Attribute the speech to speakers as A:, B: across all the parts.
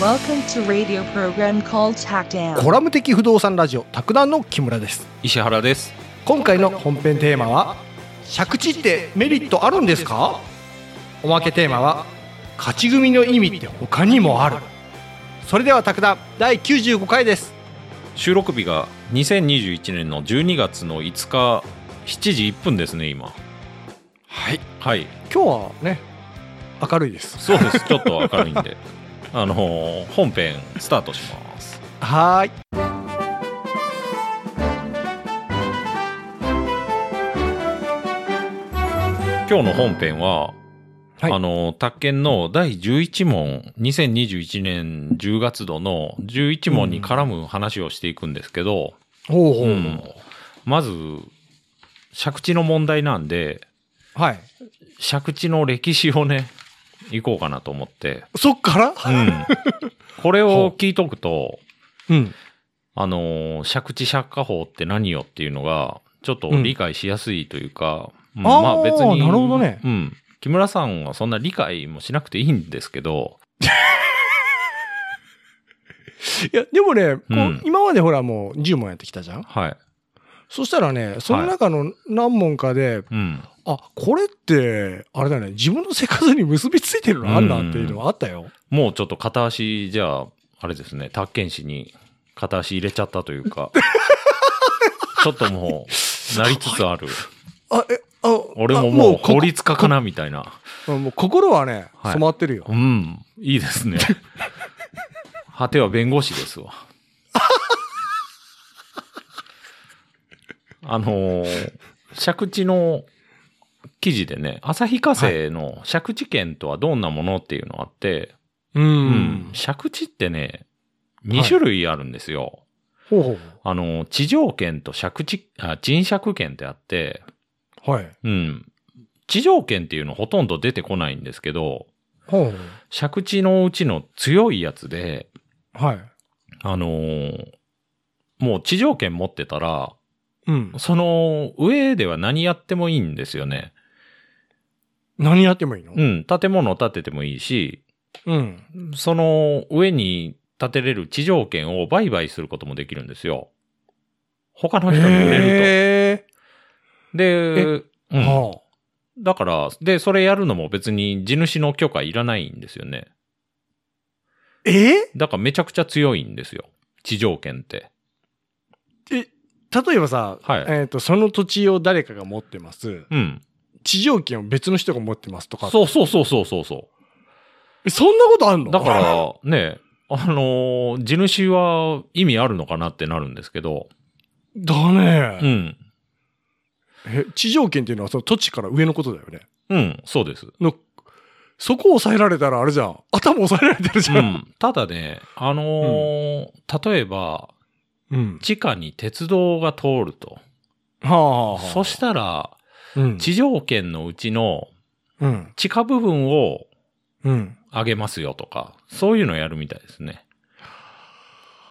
A: Welcome to radio program called TacDown.
B: コラム的不動産ラジオ卓談の木村です
C: 石原です
B: 今回の本編テーマは借地ってメリットあるんですかおまけテーマは勝ち組の意味って他にもあるそれでは卓談第95回です
C: 収録日が2021年の12月の5日7時1分ですね今
B: はい
C: はい
B: 今日はね明るいです
C: そう ですちょっと明るいんであのー本編スタートします
B: はーい
C: 今日の本編は、
B: はい
C: あのー宅建の第11問2021年10月度の11問に絡む話をしていくんですけど、
B: ほうほう、
C: うんまず借地の問題なんで
B: はい
C: 借地の歴史 をね行こうかなと思って
B: そっから
C: うん、これを聞いとくと、
B: うん
C: あのー借地借家法って何よっていうのが、ちょっと理解しやすいというか、うん
B: あーなるほどね
C: うん。木村さんはそんな理解もしなくていいんですけど、
B: いやでもね、こう
C: うん
B: 今までほらもう10問やってきたじゃん
C: はい。
B: そしたらねその中の何問かで、
C: うん。
B: あ、これって、あれだよね、自分の生活に結びついてるのあんなっていうのはあったよ。
C: もうちょっと片足、じゃあ、あれですね、宅建士に片足入れちゃったとい うか、ちょっともう、なりつつある。
B: あ、え、あ、
C: 俺も
B: あ
C: もう
B: こ
C: 法律家かなみたいな。
B: あもう心はね、
C: はい
B: 染まってるよ。
C: うん、いいですね。果ては弁護士ですわ。あのー借地の記事でね、旭化成の借地権とはどんなものっていうのがあって、
B: うん。
C: うん借地ってね、2種類あるんですよ。
B: ほうほ
C: あのー、地上権と借地、あ、人借権ってあって、
B: う。はい。
C: うん。地上権っていうのほとんど出てこないんですけど、
B: ほうほ
C: 借地のうちの強いやつで、
B: う。はい。
C: あのーもう地上権持ってたら、
B: うん。
C: その上では何やってもいいんですよね。
B: 何やってもいいの
C: うん、建物を建ててもいいし、
B: うん。
C: その上に建てれる地上権を売買することもできるんですよ。他の人に売れる
B: へ
C: と。で、う
B: え
C: ん
B: はあ。
C: だから、で、それやるのも別に地主の許可いらないんですよね。
B: え
C: だからめちゃくちゃ強いんですよ。地上権って。
B: え例えばさ、
C: はい
B: えっと、その土地を誰かが持ってます。
C: うん。
B: 地上権を別の人が持ってますとか。
C: そうそうそうそうそうそう。
B: えそんなことあんの
C: だか。ら、ね、あのー地主は意味あるのかなってなるんですけど、
B: だ
C: う
B: ね。
C: ん。
B: え地上権っていうのはその土地から上のことだよね。
C: うん、そうです。
B: の、そこを抑えられたらあれじゃん。頭抑えられてるじ
C: う
B: ゃん。
C: ん。 ただね、あのー例えば、
B: うん。
C: 地下に鉄道が通ると。
B: はあ、はあはあ、
C: そしたら、
B: うん。
C: 地上圏のうちの
B: うん。
C: 地下部分を
B: うん。
C: 上げますよとか、そういうのやるみたいですね。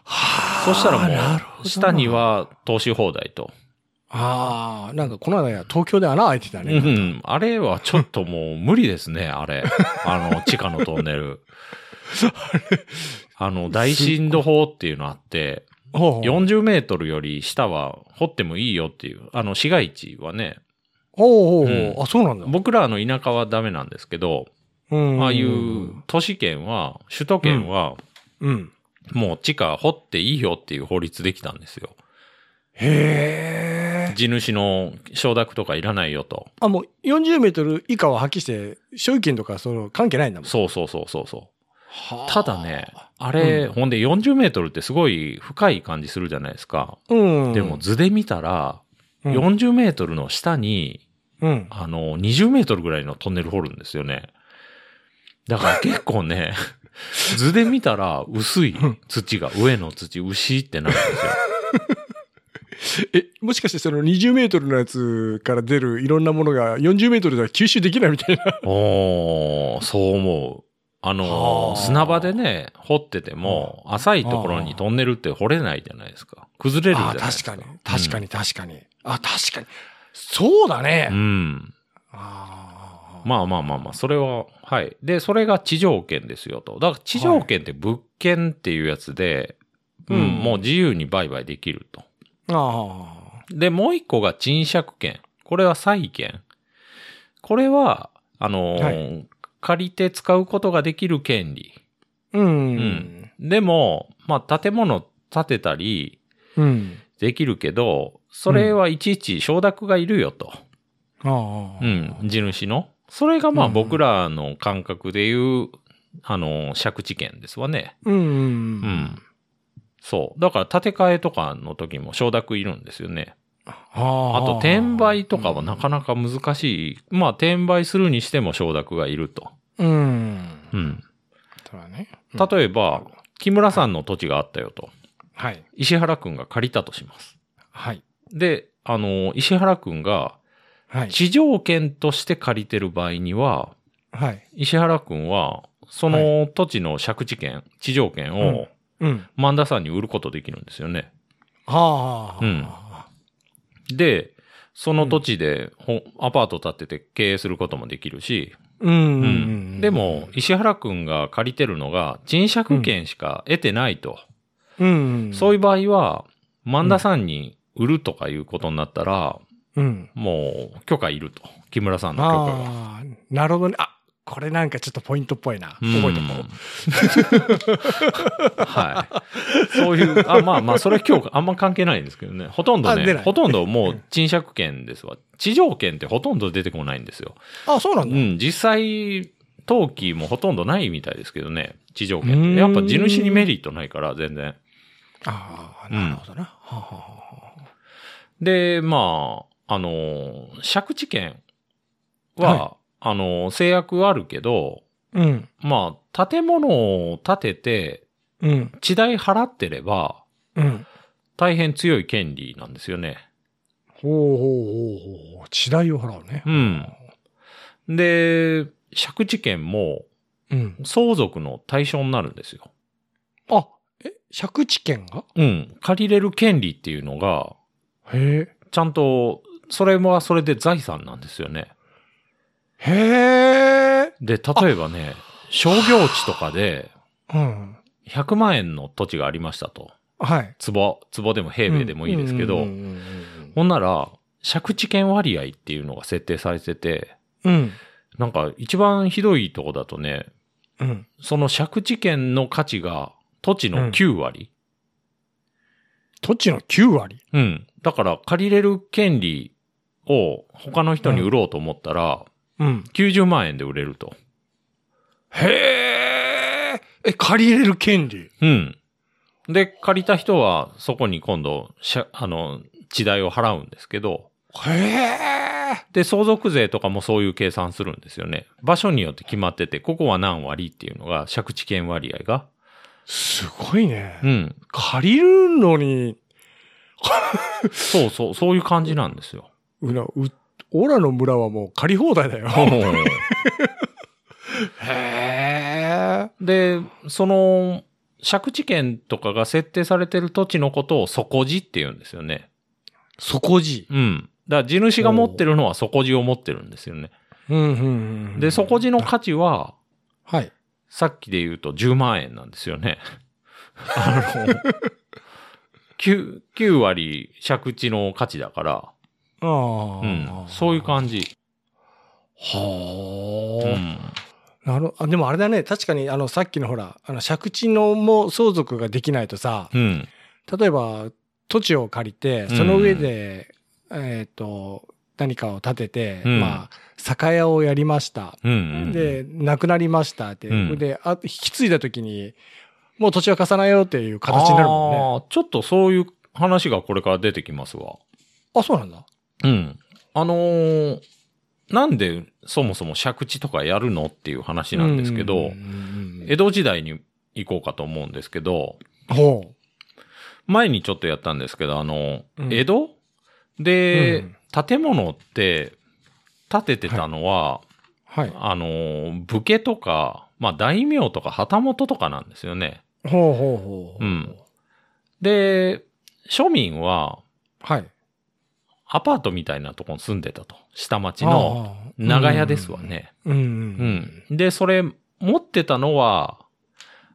B: はあ
C: そした
B: な
C: ら
B: る
C: も
B: ほど
C: う、下に。は投資放題と。
B: ああ、なんかこの間や、東京で穴開いてた
C: う
B: ね。
C: ん。あれはちょっともう無理ですね、あれ。あの、地下のトンネル。あの、大震度法っていうのあって、
B: ほうほう
C: 40メートルより下は掘ってもいいよっていう、あの、市街地はね、
B: ほうほうほう
C: うん
B: あ、そうなんだ。
C: 僕らの田舎はダメなんですけど、
B: うん
C: ああいう。都市圏は、首都圏は、
B: うん。
C: もう地下掘っていいよっていう法律できたんですよ。
B: へえ。
C: 地主の承諾とかいらないよと。
B: あ、もう40メートル以下は破棄して、所有権とかその関係ないんだもん。
C: そうそうそうそうそう。
B: はあ
C: ただね、あれ、
B: うん
C: ほんで40メートルってすごい深い感じするじゃないですか。
B: うん。
C: でも、図で見たら、
B: うん。
C: 40メートルの下に、
B: うん。
C: あの、20メートルぐらいのトンネル掘るんですよね。だから結構ね、図で見たら薄い土が、上の土、牛ってなるんで すよ。
B: え、もしかしてその20メートルのやつから出るいろんなものが40メートルでは吸収できないみたいな。
C: おー、そう思う。あ
B: はあ
C: の、砂場でね、掘ってても、浅いところにトンネルって掘れないじゃないですか。崩れるじゃない
B: あ
C: です
B: 確
C: か。
B: かに。確かに、確かに。あ、確かに。そうだね。
C: うん。
B: ああ
C: まあまあまあまあ、それは、はい。で、それが地上権ですよと。だから地上権って物件っていうやつで、
B: はい
C: うん
B: うん、
C: もう自由に売買できると。
B: あ。あ
C: で、もう一個が賃借権。これは債権。これは、あのー
B: は
C: 借りて使うことができる権利。
B: あ。う。
C: うんでも、まあ、建物建てたり
B: うん。
C: できるけど、それはいちいち承諾がいるよと。
B: ああ。
C: うん、地主の。それがまあ
B: うん
C: 僕らの感覚でいう、あの、借地権ですわね。
B: うん。う。
C: うんん。そう。だから建て替えとかの時も承諾いるんですよね。
B: あ
C: あと転売とかはなか
B: な
C: なか難しい。まあ転売するにしても承諾がいると。
B: うん。
C: うん。
B: そうだね。うん
C: 例えば、木村さんの土地があったよと。
B: はい。
C: 石原くんが借りたとします。
B: はい。
C: で、あの、石原くんが
B: はい。
C: 地上権として借りてる場合には、
B: はい。
C: 石原君は、その土地の借地権、地上権
B: うん
C: を、
B: うん。
C: 万田さんに売ることできるんですよね。
B: はあ。
C: うんで、その土地で、ほアパート建てて経営することもできるし、
B: うん。う
C: うん
B: ん。
C: でも、石原君が借りてるのが、賃借権しか得てないと。
B: うん。
C: そう
B: い
C: いう場合は、万田さんに売るとかいうことになったら、
B: うん。うん。
C: もう、許可いると。木村さんの許可が。
B: ああ。なるほどね。あ、これなんかちょっとポイントっぽいな。
C: うん
B: 覚えてこう。
C: はい。そういう、あ、まあまあ、それは今日あんま関係ないんですけどね。ほとんど
B: あ出
C: ね
B: ない、
C: ほとんどもう賃借権ですわ。地上権ってほとんど出てこないんですよ。
B: あ、そうな
C: うん
B: だ。
C: ん、実際、登記もほとんどないみたいですけどね。地上
B: う
C: 権っ
B: ーん
C: て。やっぱ地主にメリットないから、全然。
B: ああ、なるほどな。はあはあはあ
C: で、まあ、あのー、借地権は、
B: は
C: あのー、制約はあるけど、
B: うん。
C: まあ、建物を建てて、
B: うん。
C: 地代払ってれば、
B: うん。
C: 大変強い権利なんですよね。
B: ほうほうほうほう。地代を払うね
C: う。ん。で、借地権も
B: うん。
C: 相続の対象になるんですよ。
B: あ、え、借地権が
C: うん。借りれる権利っていうのが、
B: へえ。
C: ちゃんと、それはそれで財産なんですよね。
B: へえ。
C: で、例えばね、商業地とかで
B: うん。
C: 100万円の土地がありましたと。
B: はい。
C: 壺、壺でも平米でもいいですけ
B: う
C: ど、
B: ん。
C: ほんなら、借地権割合っていうのが設定されてて、
B: うん。
C: なんか一番ひどいとこだとね、
B: うん。
C: その借地権の価値が土地の9割。
B: 土地の9割。
C: うん。だから借りれる権利を他の人に売ろうと思ったら、
B: うん。
C: 90万円で売れると。
B: へえ。え、借りれる権利。
C: うん。で、借りた人はそこに今度、しゃあの、地代を払うんですけど、
B: へえ。
C: で、相続税とかもそういう計算するんですよね。場所によって決まってて、ここは何割っていうのが、借地権割合が。
B: すごいね。
C: うん。
B: 借りるのに、
C: そうそう、そういう感じなんですよ。
B: うな、う、オラの村はもう借り放題だよ。へえ。
C: で、その、借地権とかが設定されてる土地のことを底地って言うんですよね。
B: 底地。
C: うん。だから地主が持ってるのは底地を持ってるんですよね。
B: うん、うん、
C: で、底地の
B: あ
C: 価値は、
B: はい。
C: さっきで言うと10万円なんですよね。 あの、9, 9割借地の価値だから、
B: ああ、
C: うん。そういう感じ。
B: じ。は
C: う
B: あ、
C: ん。
B: なるあでもあれだね、確かに、あの、さっきのほら、あの、借地のも相続ができないとさ、
C: うん。
B: 例えば、土地を借りて、その上で、えっ、と、何かを建てて、
C: うん
B: まあ、酒屋をやりました。
C: うん、うん。
B: で、亡くなりましたって、
C: うん
B: であ、引き継いだ時に、もう土地は貸さないよっていう形になるもんね。
C: あーちょっとそういう話がこれから出てきますわ。
B: あそうなんだ。
C: うん。あのーなんでそもそも借地とかやるのっていう話なんですけ
B: うんう
C: ど
B: ん、うんうん
C: 江戸時代に行こうかと思うんですけど、
B: ほ
C: 前にちょっとやったんですけど、あの、
B: うん
C: 江戸で、建物って建ててたのは、
B: う。はい。
C: あの、武家とか、まあ大名とか旗本とかなんですよね。
B: ほうほうほう。
C: うんで、庶民は、
B: はい。
C: アパートみたいなとこに住んでたと。下町の
B: ああ
C: 長屋ですわね。
B: うんう
C: うんん。で、それ持ってたのは、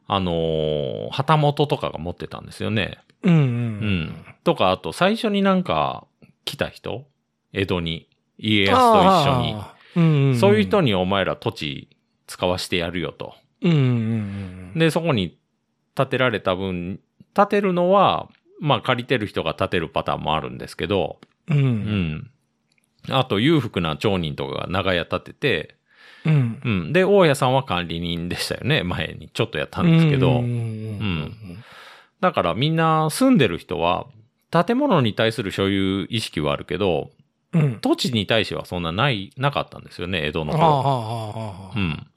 C: あのー旗本とかが持ってたんですよね。
B: うんうん
C: うん。とか、あと最初になんか来た人江戸に。家康と一緒に。
B: ああうんうん
C: そういう人
B: に
C: にお前ら土地使わしてやるよと。
B: うんうん
C: で、そこに建てられた分、建てるのは、まあ借りてる人が建てるパターンもあるんですけど、
B: うんうんう
C: うんん。あと、裕福な町人とかが長屋建てて、
B: うん
C: うん。で、大家さんは管理人でしたよね、前に。ちょっとやったんですけど。
B: うん
C: だからみんな住んでる人は、建物に対する所有意識はあるけど、
B: うんうん
C: 土地に対してはそんなない、なかったんですよね、江戸の
B: ああ
C: 頃。
B: あああ
C: う
B: あ
C: ん。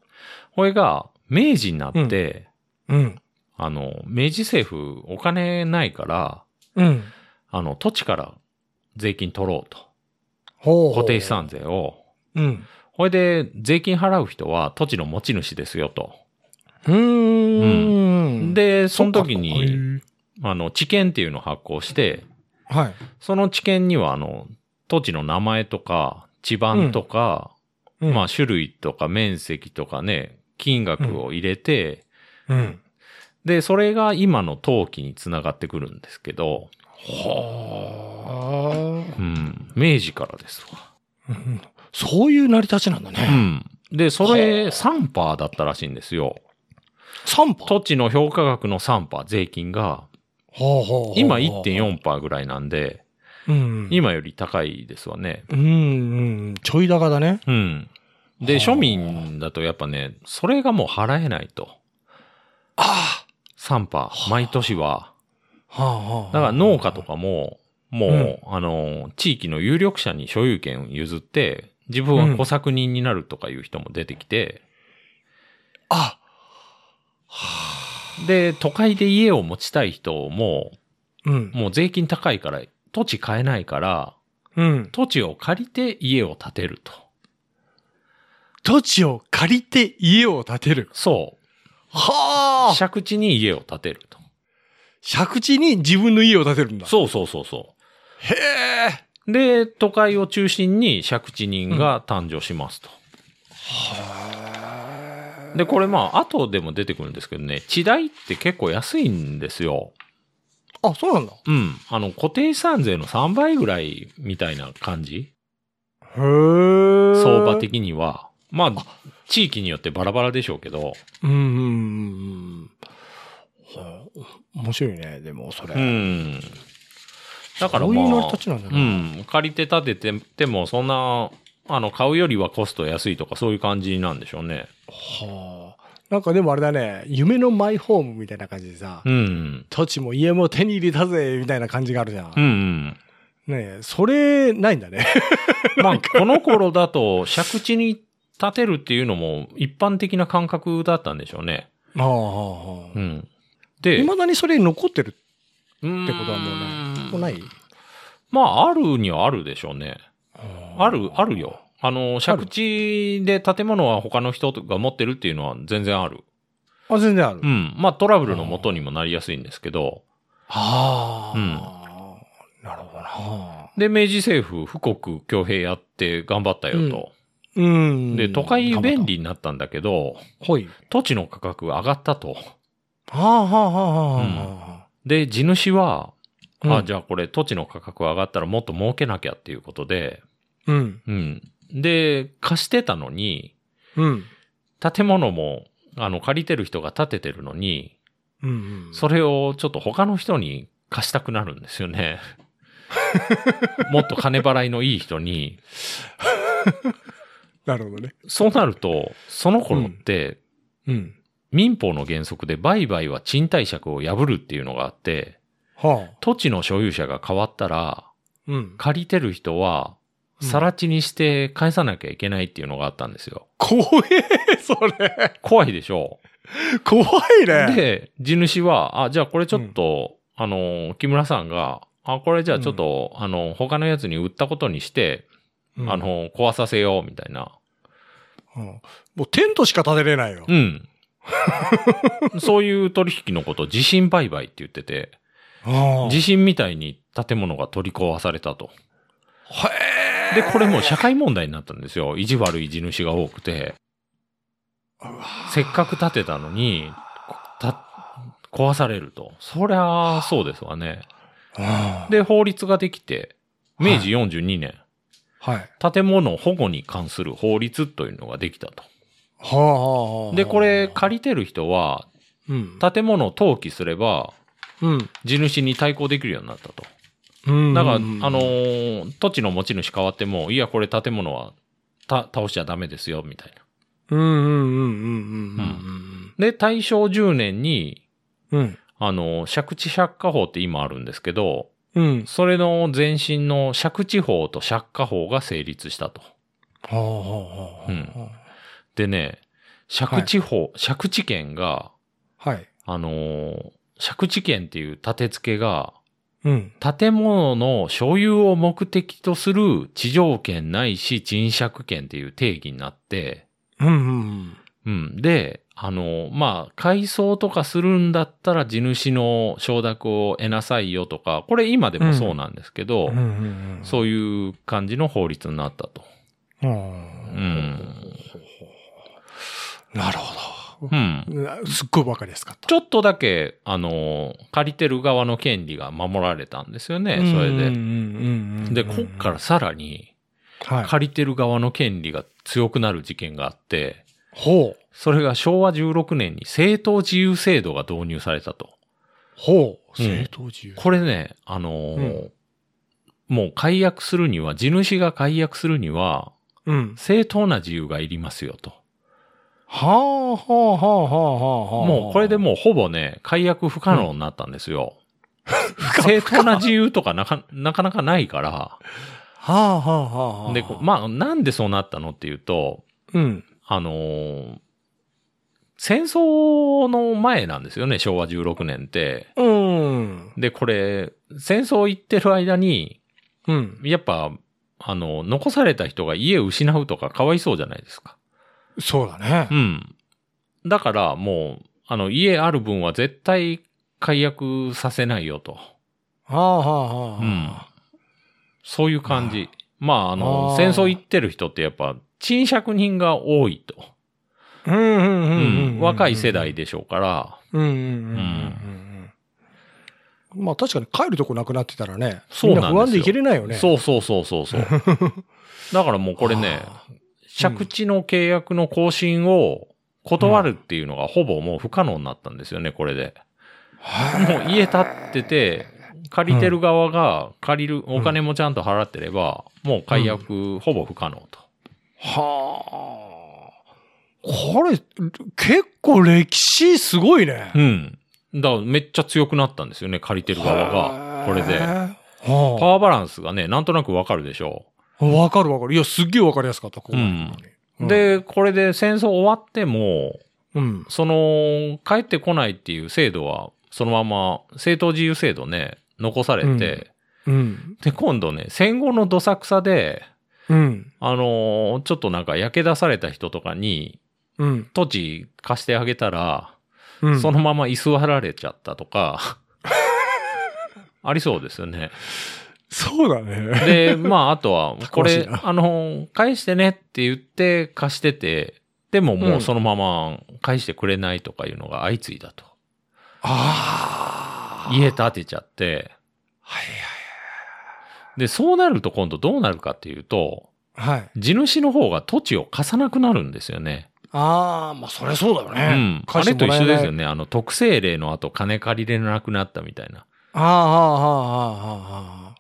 C: これが、明治になって、
B: うん
C: あの、明治政府お金ないから、
B: うん
C: あの、土地から税金取ろうと。
B: ほうほう
C: 固定資産税を。
B: うん
C: これで税金払う人は土地の持ち主ですよと。
B: うーん
C: で、その
B: そ
C: 時
B: っか
C: に、
B: へえ
C: あの、地権っていうのを発行して、
B: はい
C: その地権には、あの、土地の名前とか、地盤とか、
B: うん
C: まあ、種類とか面積とかね、金額を入れて、
B: うん
C: で、それが今の登記につながってくるんですけど、
B: はあ
C: うん、明治からですわ。
B: うんそういう成り立ちなんだ
C: う
B: ね
C: ん。で、それ3%だったらしいんですよ。
B: 三歩
C: 土地の評価額の3%、税金が、
B: ほうほうほう
C: 今1.4%ぐらいなんで、
B: うん
C: 今より高いですわね。
B: うんうんちょい高だね
C: うん。
B: は
C: で、
B: あ
C: 庶民だとやっぱね、それがもう払えないと。
B: あ
C: 3%、毎年は。
B: あはあはあ
C: だから農家とかも、もう、
B: うん
C: あの、地域の有力者に所有権を譲って、自分は小作人になるとかいう人も出てきて、
B: あ
C: で、都会で家を持ちたい人も、
B: うん
C: もう税金高いから、土地買えないから、
B: うん
C: 土地を借りて家を建てると。
B: 土地を借りて家を建てる
C: そ
B: は
C: う。借地に家を建てると。
B: 借地に自分の家を建てるんだ
C: そうそうそうそ
B: へえ
C: う。で、都会を中心に借地人が誕生しますと。で、これまあ、後でも出てくるんですけどね、地代って結構安いんですよ。
B: あそうなんだ
C: うん。あの、固定資産税の3倍ぐらいみたいな感じ
B: へえ
C: 相場的には。まあ、地域によってバラバラでしょうけど。
B: うんうんうんうん面白いねでもそれ、
C: うん。だから
B: そう
C: ま
B: いう成り
C: あ
B: 立、ちなんだ
C: う
B: ね、
C: ん、借りて建ててても、そんな、あの、買うよりはコスト安いとかそういう感じなんでしょうね。
B: はあなんかでもあれだね夢のマイホームみたいな感じでさ、
C: うん。
B: 土地も家も手に入れたぜみたいな感じがあるじゃん、
C: うん う
B: ね
C: ん。
B: えそれないんだね
C: まあ、この頃だと、借地に建てるっていうのも一般的な感覚だったんで しょうね。
B: ああ
C: うん。で、
B: いまだにそれ残ってるっ
C: っ
B: てことはもうもうない、
C: まあ、あるにはあるでしょうね。ある、あるよ。あの、
B: ある
C: 借地で建物は他の人が持ってるっていうのは全然ある。
B: あ全然ある、
C: うん。まあ、トラブルの元にもなりやすいんですけど、
B: ああ、
C: うん
B: なるほどな
C: で、明治政府、富国強兵やって頑張ったよと。
B: うん
C: で、都会便利になったんだけど、
B: ほい
C: 土地の価格が上がったと。
B: はあはあはあはあ、
C: で、地主は、
B: うん、
C: あ、じゃあこれ土地の価格が上がったらもっと儲けなきゃっていうことで、
B: うん
C: うん。で、貸してたのに、
B: うん
C: 建物も、あの、借りてる人が建ててるのに、
B: うんうん
C: それをちょっと他の人に貸したくなるんですよね。 もっと金払いのいい人に。
B: なるほどね
C: そうなると、その頃って、
B: うん
C: 民法の原則で売買は賃貸借を破るっていうのがあって、
B: はあ
C: 土地の所有者が変わったら、
B: うん
C: 借りてる人は、
B: うん
C: さら地にして返さなきゃいけないっていうのがあったんですよ。
B: 怖えそれ
C: 怖いでしょ
B: 怖いね
C: で、地主は、あ、じゃあこれちょっと、あの、木村さんが、あ、これじゃあちょっと、あの、他のやつに売ったことにして、
B: うん
C: あの、壊させよう、みたいな。
B: うんもうテントしか建てれないよ
C: うん。そういう取引のこと、地震売買って言ってて、
B: ああ
C: 地震みたいに建物が取り壊されたと。
B: へ
C: で、これもう社会問題になったんですよ。意地悪い地主が多くて。せっかく建てたのに、た壊されると。そりゃあ、そうですわね。
B: で、
C: で、法律ができて、明治42年、
B: はい。
C: 建物保護に関する法律というのができたと。
B: はあはあはあ
C: で、これ、借りてる人は、
B: うん。
C: 建物を登記すれば、
B: うん。
C: 地主に対抗できるようになったと。
B: うん
C: だから、あの、ー土地の持ち主変わっても、いや、これ建物はた倒しちゃダメですよ、みたいな。
B: うんうんうんうんうん
C: で、大正10年に、
B: うんうん。
C: あのー、借地借家法って今あるんですけど、
B: うん。うん。
C: それの前身の借地法と借家法が成立したと。
B: はあはあはあは
C: でね、借地法、借地権が、
B: あ。はい。
C: あのー借地権っていう建て付けが、
B: うん。
C: 建物の所有を目的とする地上権ないし賃借権っていう定義になって、
B: うんうん
C: うん。で、あの、まあ、改装とかするんだったら地主の承諾を得なさいよとか、これ今でもそうなんですけど、
B: うん。うんうんうん。
C: そういう感じの法律になったと。
B: う。
C: うんん。
B: なるほ
C: うん。
B: どな。すっごいわかりやすかった。
C: ちょっとだけ、あの、借りてる側の権利が守られたんですよね、それ
B: うん
C: で。
B: うんうん
C: で、こっから、さらに、
B: はい。
C: 借りてる側の権利が強くなる事件があって、
B: ほう。
C: それが昭和16年に政党自由制度が導入されたと。
B: ほう。
C: うん
B: 正当自由。
C: これね、あのーもう解約するには、地主が解約するには、
B: うん。
C: 正当な自由がいりますよと。
B: はあはあはあはあはあはあ。
C: もうこれでもうほぼね、解約不可能になったんで すよ。
B: 可
C: 正当な自由とかなかなかなかないから。
B: はあはあはあはあ。
C: で、こうまあなんでそうなったのっていうと、
B: うん。
C: あのー戦争の前なんですよね、昭和16年って。
B: うん。
C: で、これ、戦争行ってる間に、
B: うん。
C: やっぱ、あの、残された人が家を失うとかかわいそうじゃないですか。
B: そうだね
C: う。ん。だからもう、あの、家ある分は絶対解約させないよと。
B: はあはあはあ。
C: うん。そういう感じ。まあ、あの
B: あー
C: 戦争行ってる人ってやっぱ、賃借人が多いと。
B: うんうん
C: う
B: うんうんうん
C: ん。若い世代
B: で。
C: でしょうから。
B: うんうんうんうんうん。まあ確かに帰るとこなくなってたらね、
C: そうなんですよ
B: み不安でいけれないよね。
C: そうそうそうそう そう。だからもうこれね、
B: はあ
C: 借地の契約の更新を断るっていうのがほぼもう不可能になったんですよね、これで。もう家建ってて、借りてる側が借りるお金もちゃんと払ってれば、もう解約ほぼ不可能と。
B: はあ。これ、結構歴史すごいね。
C: うん。だからめっちゃ強くなったんですよね、借りてる側
B: へ
C: が。
B: え
C: これで。パ
B: は
C: ワーバランスがね、なんとなくわかるでしょ
B: あ。わかるわかる。いや、すっげえわかりやすかった、ここまで来たのに
C: う。、で、これで戦争終わっても、
B: うん。
C: その、帰ってこないっていう制度は、そのまま、政党自由制度ね、残されて、
B: うんうん。
C: で、今度ね、戦後のどさくさで、
B: うん。
C: あのーちょっとなんか焼け出された人とかに、
B: うん。
C: 土地貸してあげたら、
B: うん。
C: そのまま居座られちゃったと か、ありそうですよね。
B: そうだね。
C: で、まあ、あ とは、こ
B: 楽し
C: れ
B: い、な
C: あの、返してねって言って貸してて、でももううんそのまま返してくれないとかいうのが相次いだと。
B: ああ。
C: 家建てちゃって、
B: はい
C: で、そうなると今度どうなるかっていうと、
B: はい。はい。
C: 地主の方が土地を貸さなくなるんですよね。
B: ああ、まあ、そりゃそうだよ
C: う
B: ね。
C: ん。あ
B: 貸して
C: れと
B: も
C: 一
B: らえ
C: 緒
B: ない
C: ですよね。あの、特性例の後金借りれなくなったみたいな。
B: ああ、はあ、はあ、はあ。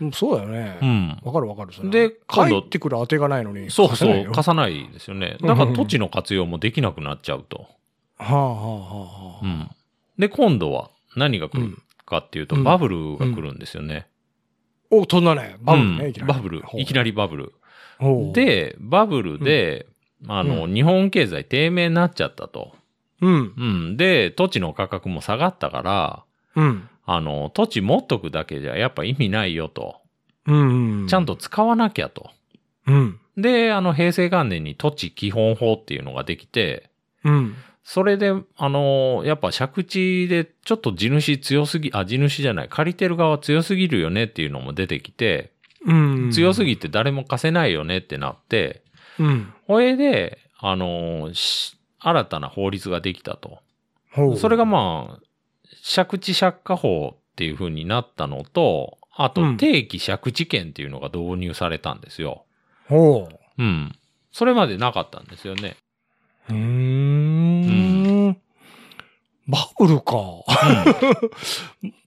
B: うんそうだよ
C: う
B: ね。
C: ん。
B: わかるわかる。それ
C: で今
B: 帰
C: 度
B: ってくる当てがないのに。
C: そう
B: 貸せ
C: そ、
B: ないうよ
C: 貸さないですよね。だから土地の活用もできなくなっちゃうと。
B: はあ、はあ、は
C: う
B: あ。
C: ん。で、今度は何が来
B: う
C: る
B: ん
C: かっていうと、
B: うん
C: バブルが来るんですよね。
B: お、飛んだね。バブル
C: う
B: ね、
C: ん
B: いきなり。
C: バブル。いきなりバブル。
B: り、
C: で、バブルで、あの、
B: う
C: 日本経済低迷になっちゃったと。
B: うん。
C: うん。で、土地の価格も下がったから、
B: うん。
C: あの、土地持っとくだけじゃやっぱ意味ないよと。
B: うん。
C: ちゃん。と使わなきゃと。
B: うん。
C: で、あの、平成元年に土地基本法っていうのができて、
B: うん。
C: それで、あの、やっぱ借地でちょっと地主強すぎ、あ、地主じゃない、借りてる側強すぎるよねっていうのも出てきて、
B: うん。
C: 強すぎて誰も貸せないよねってなって、
B: うん。
C: ほえで、あのーし新たな法律ができたと。
B: ほう。
C: それがまあ、借地借家法っていう風になったのと、あ
B: うん
C: と定期借地権っていうのが導入されたんですよ。
B: ほう。
C: うん。それまでなかったんですよね。
B: うーん。バブルか。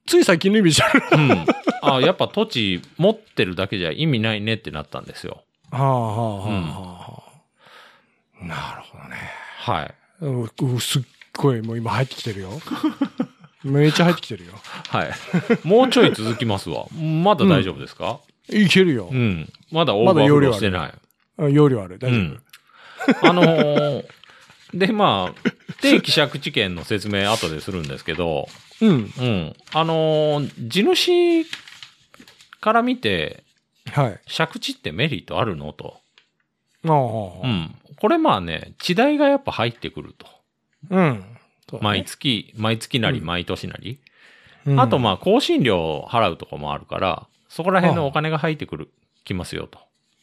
B: つい最近の意味じゃん。
C: うん。うん あやっぱ土地持ってるだけじゃ意味ないねってなったんですよ。
B: はあはあはあはあ。なるほどね。
C: はい。
B: ううすっごい、もう今入ってきてるよ。 めっちゃ入ってきてるよ。
C: はい。もうちょい続きますわ。まだ大丈夫ですか、
B: いけるよ
C: うん、。まだオーバーフローしてな
B: う
C: い。
B: ん容量ある。大丈
C: うんあのーで、まあ、定期借地権の説明後でするんですけど、
B: 夫。うん。
C: うん。あのー地主から見て、
B: はい。
C: 借地ってメリットあるのと。
B: ああ
C: う。ん。これまあね、地代がやっぱ入ってくると。
B: うん。そうだね
C: 毎月、毎月なり毎年なり。
B: うん
C: あとまあ、更新料を払うとかもあるから、そこら辺のお金が入ってくる、きますよと。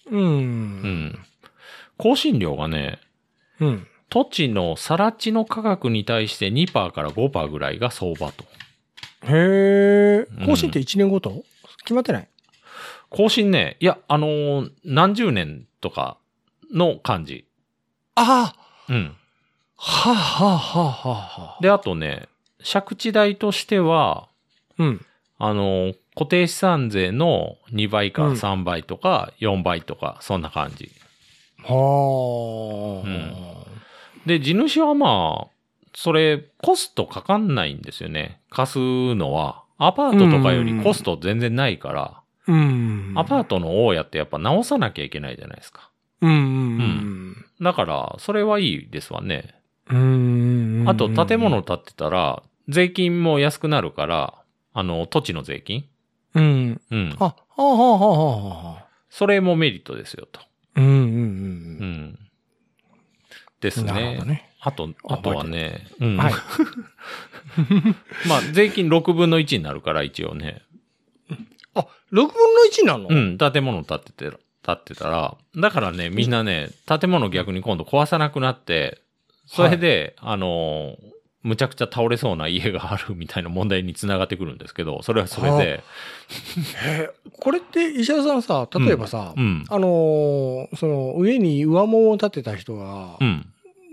B: う。
C: うんん。更新料がね、
B: うん。
C: 土地の更地の価格に対して2%から5%ぐらいが相場と。
B: へ
C: う
B: え。
C: ん
B: 更新って1年ごと決まってない
C: 更新ね、いや、あのー何十年とかの感じ。
B: ああ
C: うん。
B: はあはあはあはあ。
C: で、あとね、借地代としては、
B: うん。
C: あのー固定資産税の2倍か
B: うん
C: 3倍とか4倍とか、そんな感じ。
B: はあ。
C: で、地主はまあ、それ、コストかかんないんですよね。貸すのは。アパートとかよりコスト全然ないから、
B: うん。
C: アパートの大家ってやっぱ直さなきゃいけないじゃないですか。
B: うんうん
C: だから、それはいいですわね。
B: うん。うん。
C: あと、建物建ってたら、税金も安くなるから、あの、土地の税金
B: うん。
C: うん
B: あ、。はあはあはあはあはあ。
C: それもメリットですよ、と。
B: うんうん
C: う
B: うん
C: ん。です
B: うん。なる
C: ね
B: ほど。ね。
C: あと、あとはね、うん。
B: はい
C: まあ、税金6分の1になるから、一応ね。
B: あ、6分の1なの
C: うん、建物建ってて、建ってたら、だからね、みんなね、建物逆に今度壊さなくなって、それで、あのー、むちゃくちゃ倒れそうな家があるみたいな問題につながってくるんですけど、それはそれで、
B: へえこれって石原さんさ、例えばさ、
C: うん、
B: あのーその上に上門を建てた人が
C: う、ん。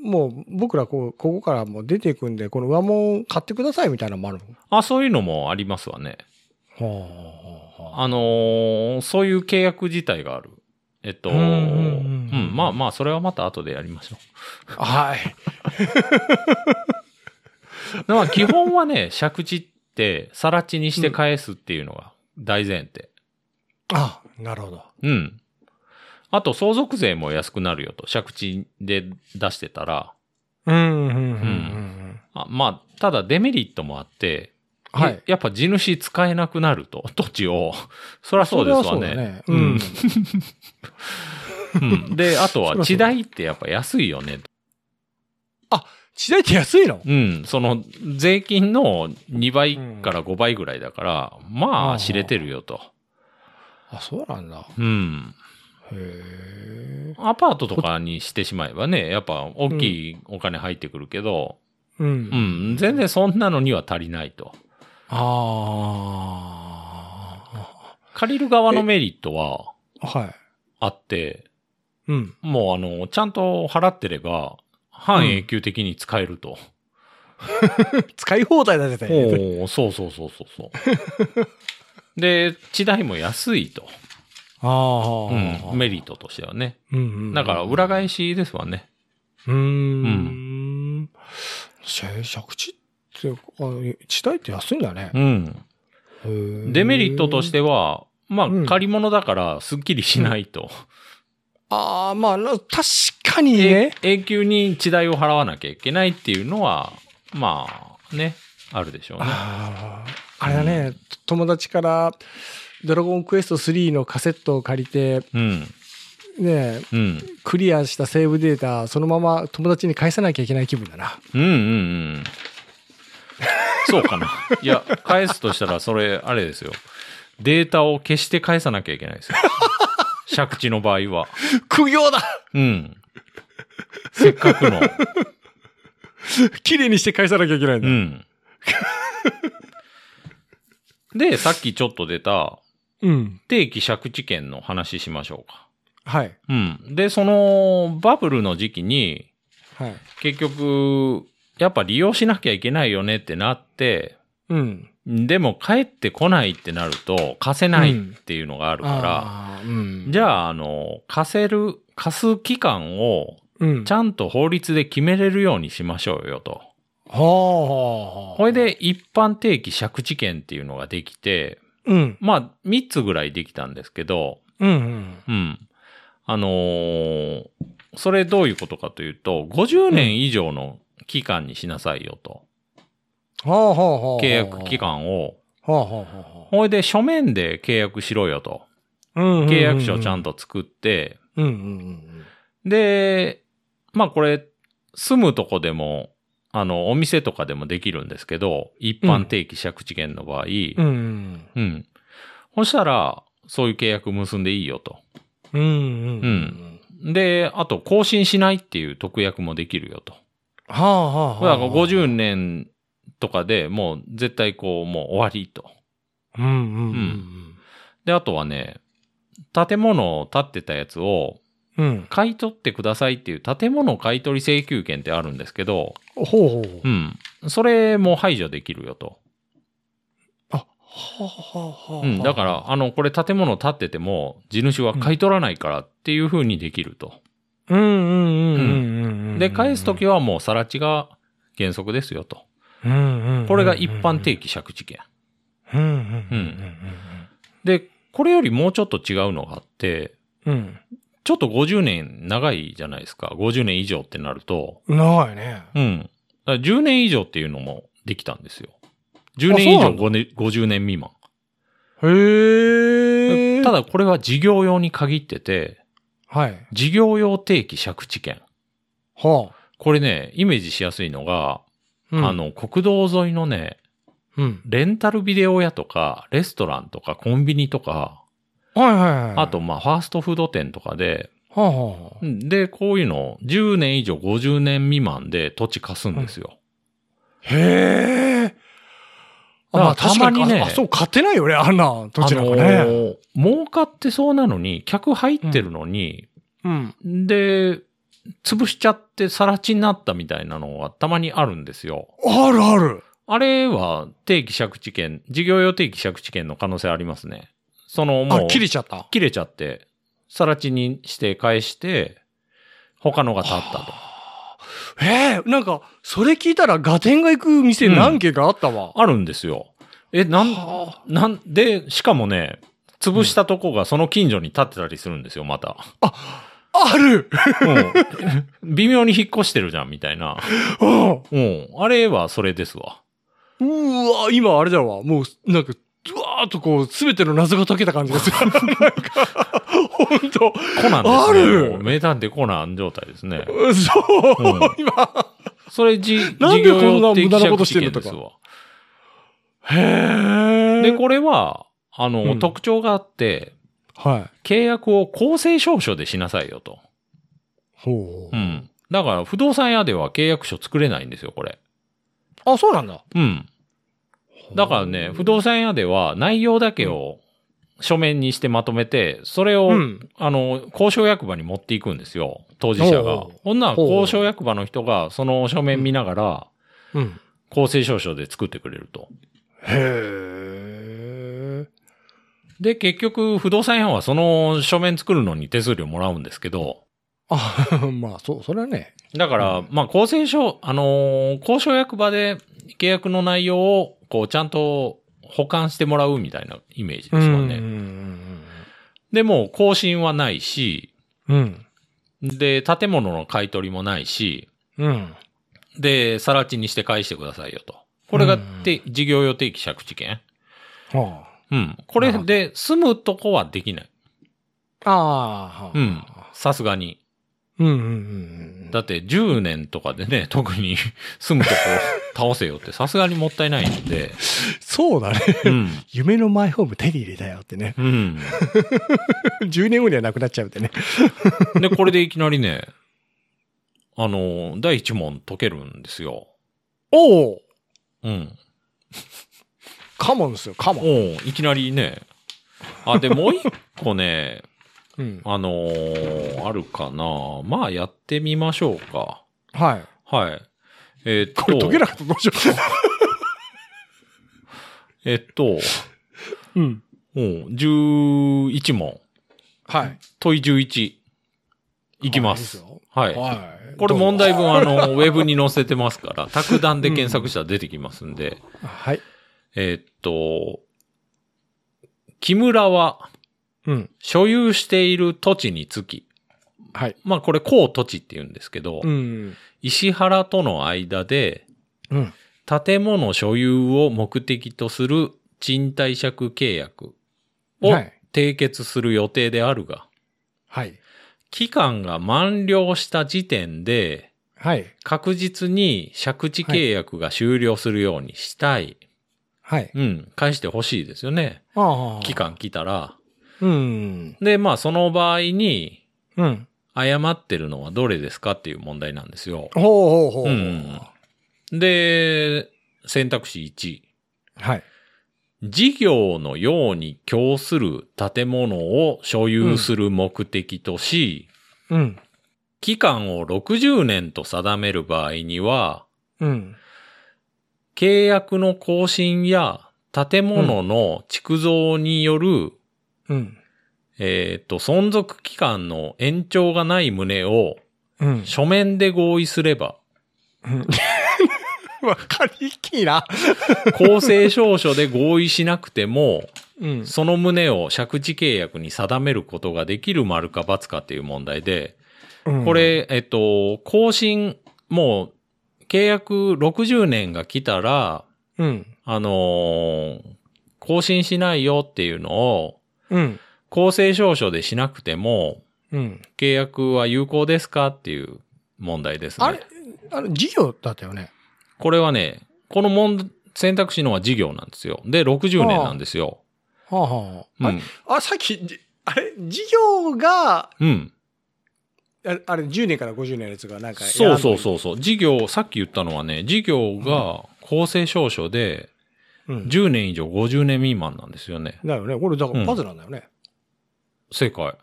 B: もう僕らこう、ここからもう出ていくんで、この上門買ってくださいみたいなのもある
C: あ、そういうのもありますわね。
B: のは
C: あのーそういう契約自体がある。えっと、
B: うんうんうん
C: うんまあまあ、それはまた後でやりましょ
B: あ。はい。
C: う。まあ、基本はね、借地って、さら地にして返すっていうのが大前提。
B: あ、なるほど。
C: うん。あと、相続税も安くなるよと、借地で出してたら、
B: うん、うん、うんうん。
C: あまあ、ただデメリットもあって、
B: はい。
C: やっぱ地主使えなくなると、 土地を。そりゃそうですわ
B: れはそうだ
C: ね。
B: う
C: うん
B: ん。
C: うんで、
B: そりゃ
C: あと
B: そう
C: は
B: だ
C: 地代ってやっぱ安いよね。
B: 時代って安いの
C: うん、その税金の2倍から5倍ぐらいだから、ま
B: ああ
C: あ知れてるよと。
B: あ、そうなんだ。
C: うん。
B: へえ。
C: アパートとかにしてしまえばね、やっぱ大きいお金入ってくるけど、
B: うん。
C: うん、全然そんなのには足りないと。
B: あ
C: 借りる側のメリットは
B: あ。はい。
C: あって、
B: うん。
C: もうあの、ちゃんと払ってれば、半永久的に使えると。
B: 使い放題だぜ。
C: おーそうそうそうそうそう。 で、地代も安いと、
B: あ
C: うんメリットとしてはね。
B: うん。
C: だから裏返しですわね。
B: うーん。し借地って、あ地代って安いんだね。
C: う。ん。デメリットとしてては、ま
B: うん
C: あ、借り物だから、すっきりしないと。
B: ああ、まあ、な確かに
C: え
B: ね。
C: 永久に地代を払わなきゃいけないっていうのは、まあ、ね、あるでしょうね。
B: あーあれだね、友達から、ドラゴンクエスト3のカセットを借りて、
C: うん。
B: ね、
C: うん。
B: クリアしたセーブデータ、そのまま友達に返さなきゃいけない気分だな。
C: うんうんうん。そうかな。いや、返すとしたら、それ、あれですよ。データを消して返さなきゃいけないですよ。借地の場合は。
B: 苦行だ
C: うん。せっかくの。
B: 綺麗にして返さなきゃいけないんだ。
C: うん。で、さっきちょっと出た、
B: うん。
C: 定期借地権の話しましょうか。
B: はい。
C: うん。で、その、バブルの時期に、
B: はい。
C: 結局、やっぱ利用しなきゃいけないよねってなって、
B: うん。
C: でも帰ってこないってなると、貸せないっていうのがあるから、
B: あーうん。
C: じ
B: あ、
C: ゃあ、あの、貸せる、貸す期間を、
B: うん。
C: ちゃんと法律で決めれるようにしましょうよと。
B: はあはあ。
C: これ、で一般定期借地権っていうのができて、
B: うん。
C: まあ、3つぐらいできたんですけど、
B: うん。うん。
C: うん。あのーそれどういうことかというと、50年以上の期間にしなさいよと。
B: はあはあはあ。
C: 契約期。間を。
B: はあはあはあ。
C: ほいで、書面で契約しろよと。契約書をちゃん
B: と。
C: と作って、
B: うんうんうん
C: で、まあこれ、住むとこでも、あの、お店とかでもできるんですけど、一般定期借地権の場合、
B: うん。うん
C: うん。そしたら、そういう契約結んでいいよと。
B: うん。うんうん
C: うで、あと、更新しないっていう特約もできるよと。
B: はあはあ
C: だ
B: は
C: か
B: あ。
C: ら50年とかでもう絶対こう、もう終わりと。
B: うんうん
C: で、あとはね、建物を建ってたやつを
B: うん。うん。
C: 買い取ってくださいっていう建物買い取り請求権ってあるんですけど、
B: ほうほうほう
C: う。ん。それも排除できるよと。
B: あ、はあはあはあ。
C: うん。だから、あの、これ建物建ってても、地主は買い取らないからっていう風にできると。
B: うんうんうんうんうんうん。
C: で、返すとき
B: は、
C: はもう更地が原則ですよと。
B: うんうんうんうん
C: これが一般定。期借地権。
B: うんうんうん
C: で、これよりもうちょっと違うのがあって、
B: うんうん。
C: ちょっと50年長いじゃないですか。50年以上ってなると。
B: うん。長いね。
C: うん。だから10年以上っていうのもできたんですよ。10年
B: あ
C: 以上
B: そうなんだ
C: 5年50年未満。
B: へえ。
C: た、だこれは事業用に限ってて、
B: はい。
C: 事業用定期借地権。
B: は
C: これね、イメージしやすいのが、
B: あ。うん
C: あ、の、国道沿いのね、
B: うん。
C: レンタルビデオ屋とか、レストランとか、コンビニとか、
B: はいはいはい。
C: あと、、まあ、ファーストフード店とかで、
B: はあはあ。
C: で、こういうのを10年以上50年未満で土地貸すんですよ。
B: へえ。あ、まあ
C: だから
B: 確か
C: たま
B: に
C: にね
B: ね。あ、そう、買ってないよね、あんな土地なんか
C: あの
B: ね。
C: ー儲かってそうなのに、客入ってるのに、
B: うん。
C: で、潰しちゃって更地になったみたいなのがたまにあるんですよ。
B: あるある。
C: あれは定期借地権、事業用定期借地権の可能性ありますね。そのも
B: あ
C: う、、
B: 切れちゃった。
C: 切れちゃって、更地にして返して、他のが立ったと。
B: ええなんか、それ聞いたら、ガテンが行く店何軒かあったわ。
C: あるんですよ。え、なん、
B: は
C: なんで、しかもね、潰したとこがその近所に立ってたりするんですよ、また。
B: ある
C: うん。微妙に引っ越してるじゃん、みたいな。
B: うん
C: うん。あれはそれですわ。
B: うーわ、今あれだわ。もう、なんか、ずわーっとこう、すべての謎が解けた感じがする。 なんか、ほんと。
C: コナンですね。
B: ある
C: もう名探偵コナン状態ですね。
B: そう、
C: うん
B: 今。
C: それじ、
B: なんでこんな
C: 事業用定期
B: 無駄なことしてんの
C: 借地権ですわ
B: へ
C: で、これは、あの、
B: うん
C: 特徴があって、
B: はい。
C: 契約を公正証書でしなさいよと。
B: ほう。
C: うん。だから、不動産屋では契約書作れないんですよ、これ。
B: あ、そうなんだ。
C: うん。だからね、不動産屋では内容だけを書面にしてまとめて、それを、
B: うん。
C: あの、交渉役場に持っていくんですよ、当事者が
B: ほう。
C: 女は
B: ほう
C: 交渉役場の人がその書面見ながら、
B: うん。
C: 公正証書で作ってくれると。
B: へえ。
C: で、結局、不動産屋はその書面作るのに手数料もらうんですけど、
B: あ、 まあ、そう、それはね。
C: だから、
B: うん
C: まあ、公正証、あのー交渉役場で契約の内容を、こう、ちゃんと保管してもらうみたいなイメージですもんね。
B: ん。
C: でも、更新はないし、
B: うん。
C: で、建物の買い取りもないし、
B: うん。
C: で、更地にして返してくださいよと。これが
B: うん
C: て、事業用定期借地権
B: は
C: うん。これで、住むとこはできない。
B: あ。ああ。
C: うん。さすがに。
B: ううんうんうん。
C: だって10年とかでね、 特に住むとこ倒せよってさすがにもったいないんで。
B: そうだね。
C: うん。
B: 夢のマイホーム手に入れたよってね。
C: うん。
B: 10年後にはなくなっちゃうってね。
C: で、これでいきなりね、あの、第一問解けるんですよ。
B: おお
C: うん。
B: カモンですよ、カモン。
C: おういきなりね。あ、で、もう一個ね、
B: うん。
C: あのーあるかな。まあ、やってみましょうか。
B: はい。
C: はい。えーっと、
B: これ解けなかったらどうしよ
C: えっと、
B: う。うん。
C: もう、11問。
B: はい。
C: 問い11。いきま
B: あ
C: す。
B: いいで
C: はい。
B: よはい。
C: これ
B: どうぞ
C: 問。題文、あの、ウェブに載せてます から、卓談で検索したら出てきますんで。
B: はい。
C: えーっと、木村は
B: うん。
C: 所有している土地につき、
B: はい。
C: まあこれ公土地って言うんですけど、
B: うん。
C: 石原との間で
B: うん。
C: 建物所有を目的とする賃貸借契約を
B: はい
C: 締結する予定であるが、
B: はい。
C: 期間が満了した時点で
B: はい。
C: 確実に借地契約が終了するようにしたい。
B: はい。
C: うん、返してほしいですよね。
B: ああ
C: 期。間来たら。
B: うん。
C: で、まあその場合に、
B: うん。
C: 謝ってるのはどれですかっていう問題なんですよ。
B: ほうほうほう。
C: うんで、選択肢1。
B: はい。
C: 事業のように供する建物を所有する目的とし、
B: うん。
C: 期間を60年と定める場合には、
B: うん。
C: 契約の更新や建物の築造による、
B: うん。
C: えっ、と、存続期間の延長がない旨を
B: うん。
C: 書面で合意す れば、
B: わかりきいな。
C: 公正証書で合意しなくても、
B: うん。
C: その旨を借地契約に定めることができる丸か×かっていう問題で、こ、れ、えっと、更新、もう、契約60年が来たら、
B: うん。
C: あのー更新しないよっていうのを、
B: うん。
C: 公正証書でしなくても、
B: うん。
C: 契約は有効ですかっていう問題ですね。
B: あれ、あれ、事業だったよね。
C: これはね、この問、選択肢のは事業なんですよ。で、60年なんですよ。
B: はあ、はあ。
C: うん。
B: あ、さっき、じあれ、事業が、
C: うん。
B: ああれ、10年から50年のやつがなんか、
C: そうそう
B: う。
C: そうそう。事業、さっき言ったのはね、事業が公正証書で、
B: うん、
C: 10年以上50年未満なんですよね。
B: だよね。これ、だか
C: う
B: ら
C: ん
B: パズなんだよね。
C: 正解。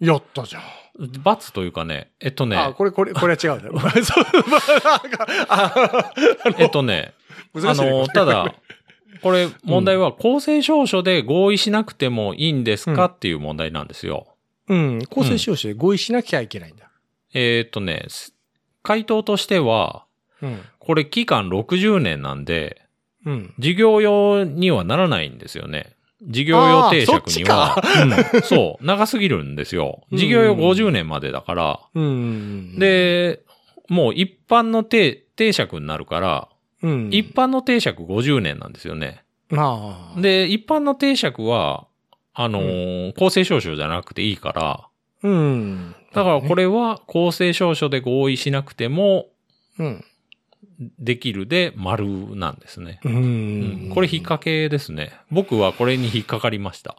B: やったじゃん。
C: 罰というかね、えっと
B: あ、
C: ね、
B: これ、これ、これは違うんだよ。 そう、まあ、なんか、あ、
C: えっとね、
B: 難しいね
C: あの、た、だ、これ問題は公正証書で合意しなくてもいいんですか
B: うん
C: っていう問題なんですよ。
B: うん、公正使用して合意しなきゃいけないんだ。
C: えっとね、す回答としては、
B: うん。
C: これ期間60年なんで、
B: うん。
C: 事業用にはならないんですよね。事業用定着には
B: あ。
C: うん、そう、長すぎるんですよ。
B: うん
C: 事業用50年までだから。
B: うん。、
C: で、もう一般の定定着になるから、
B: うん。
C: 一般の定着50年なんですよね。
B: まあ。、
C: で、一般の定着は、あのー公正証書じゃなくていいから、
B: うん。
C: だからこ
B: れ、
C: れは公正証書で合意しなくても
B: うん。
C: できるで丸なんですね。
B: う
C: うん
B: ん。
C: これ引っ掛けですね。僕はこれに引っかかりま した。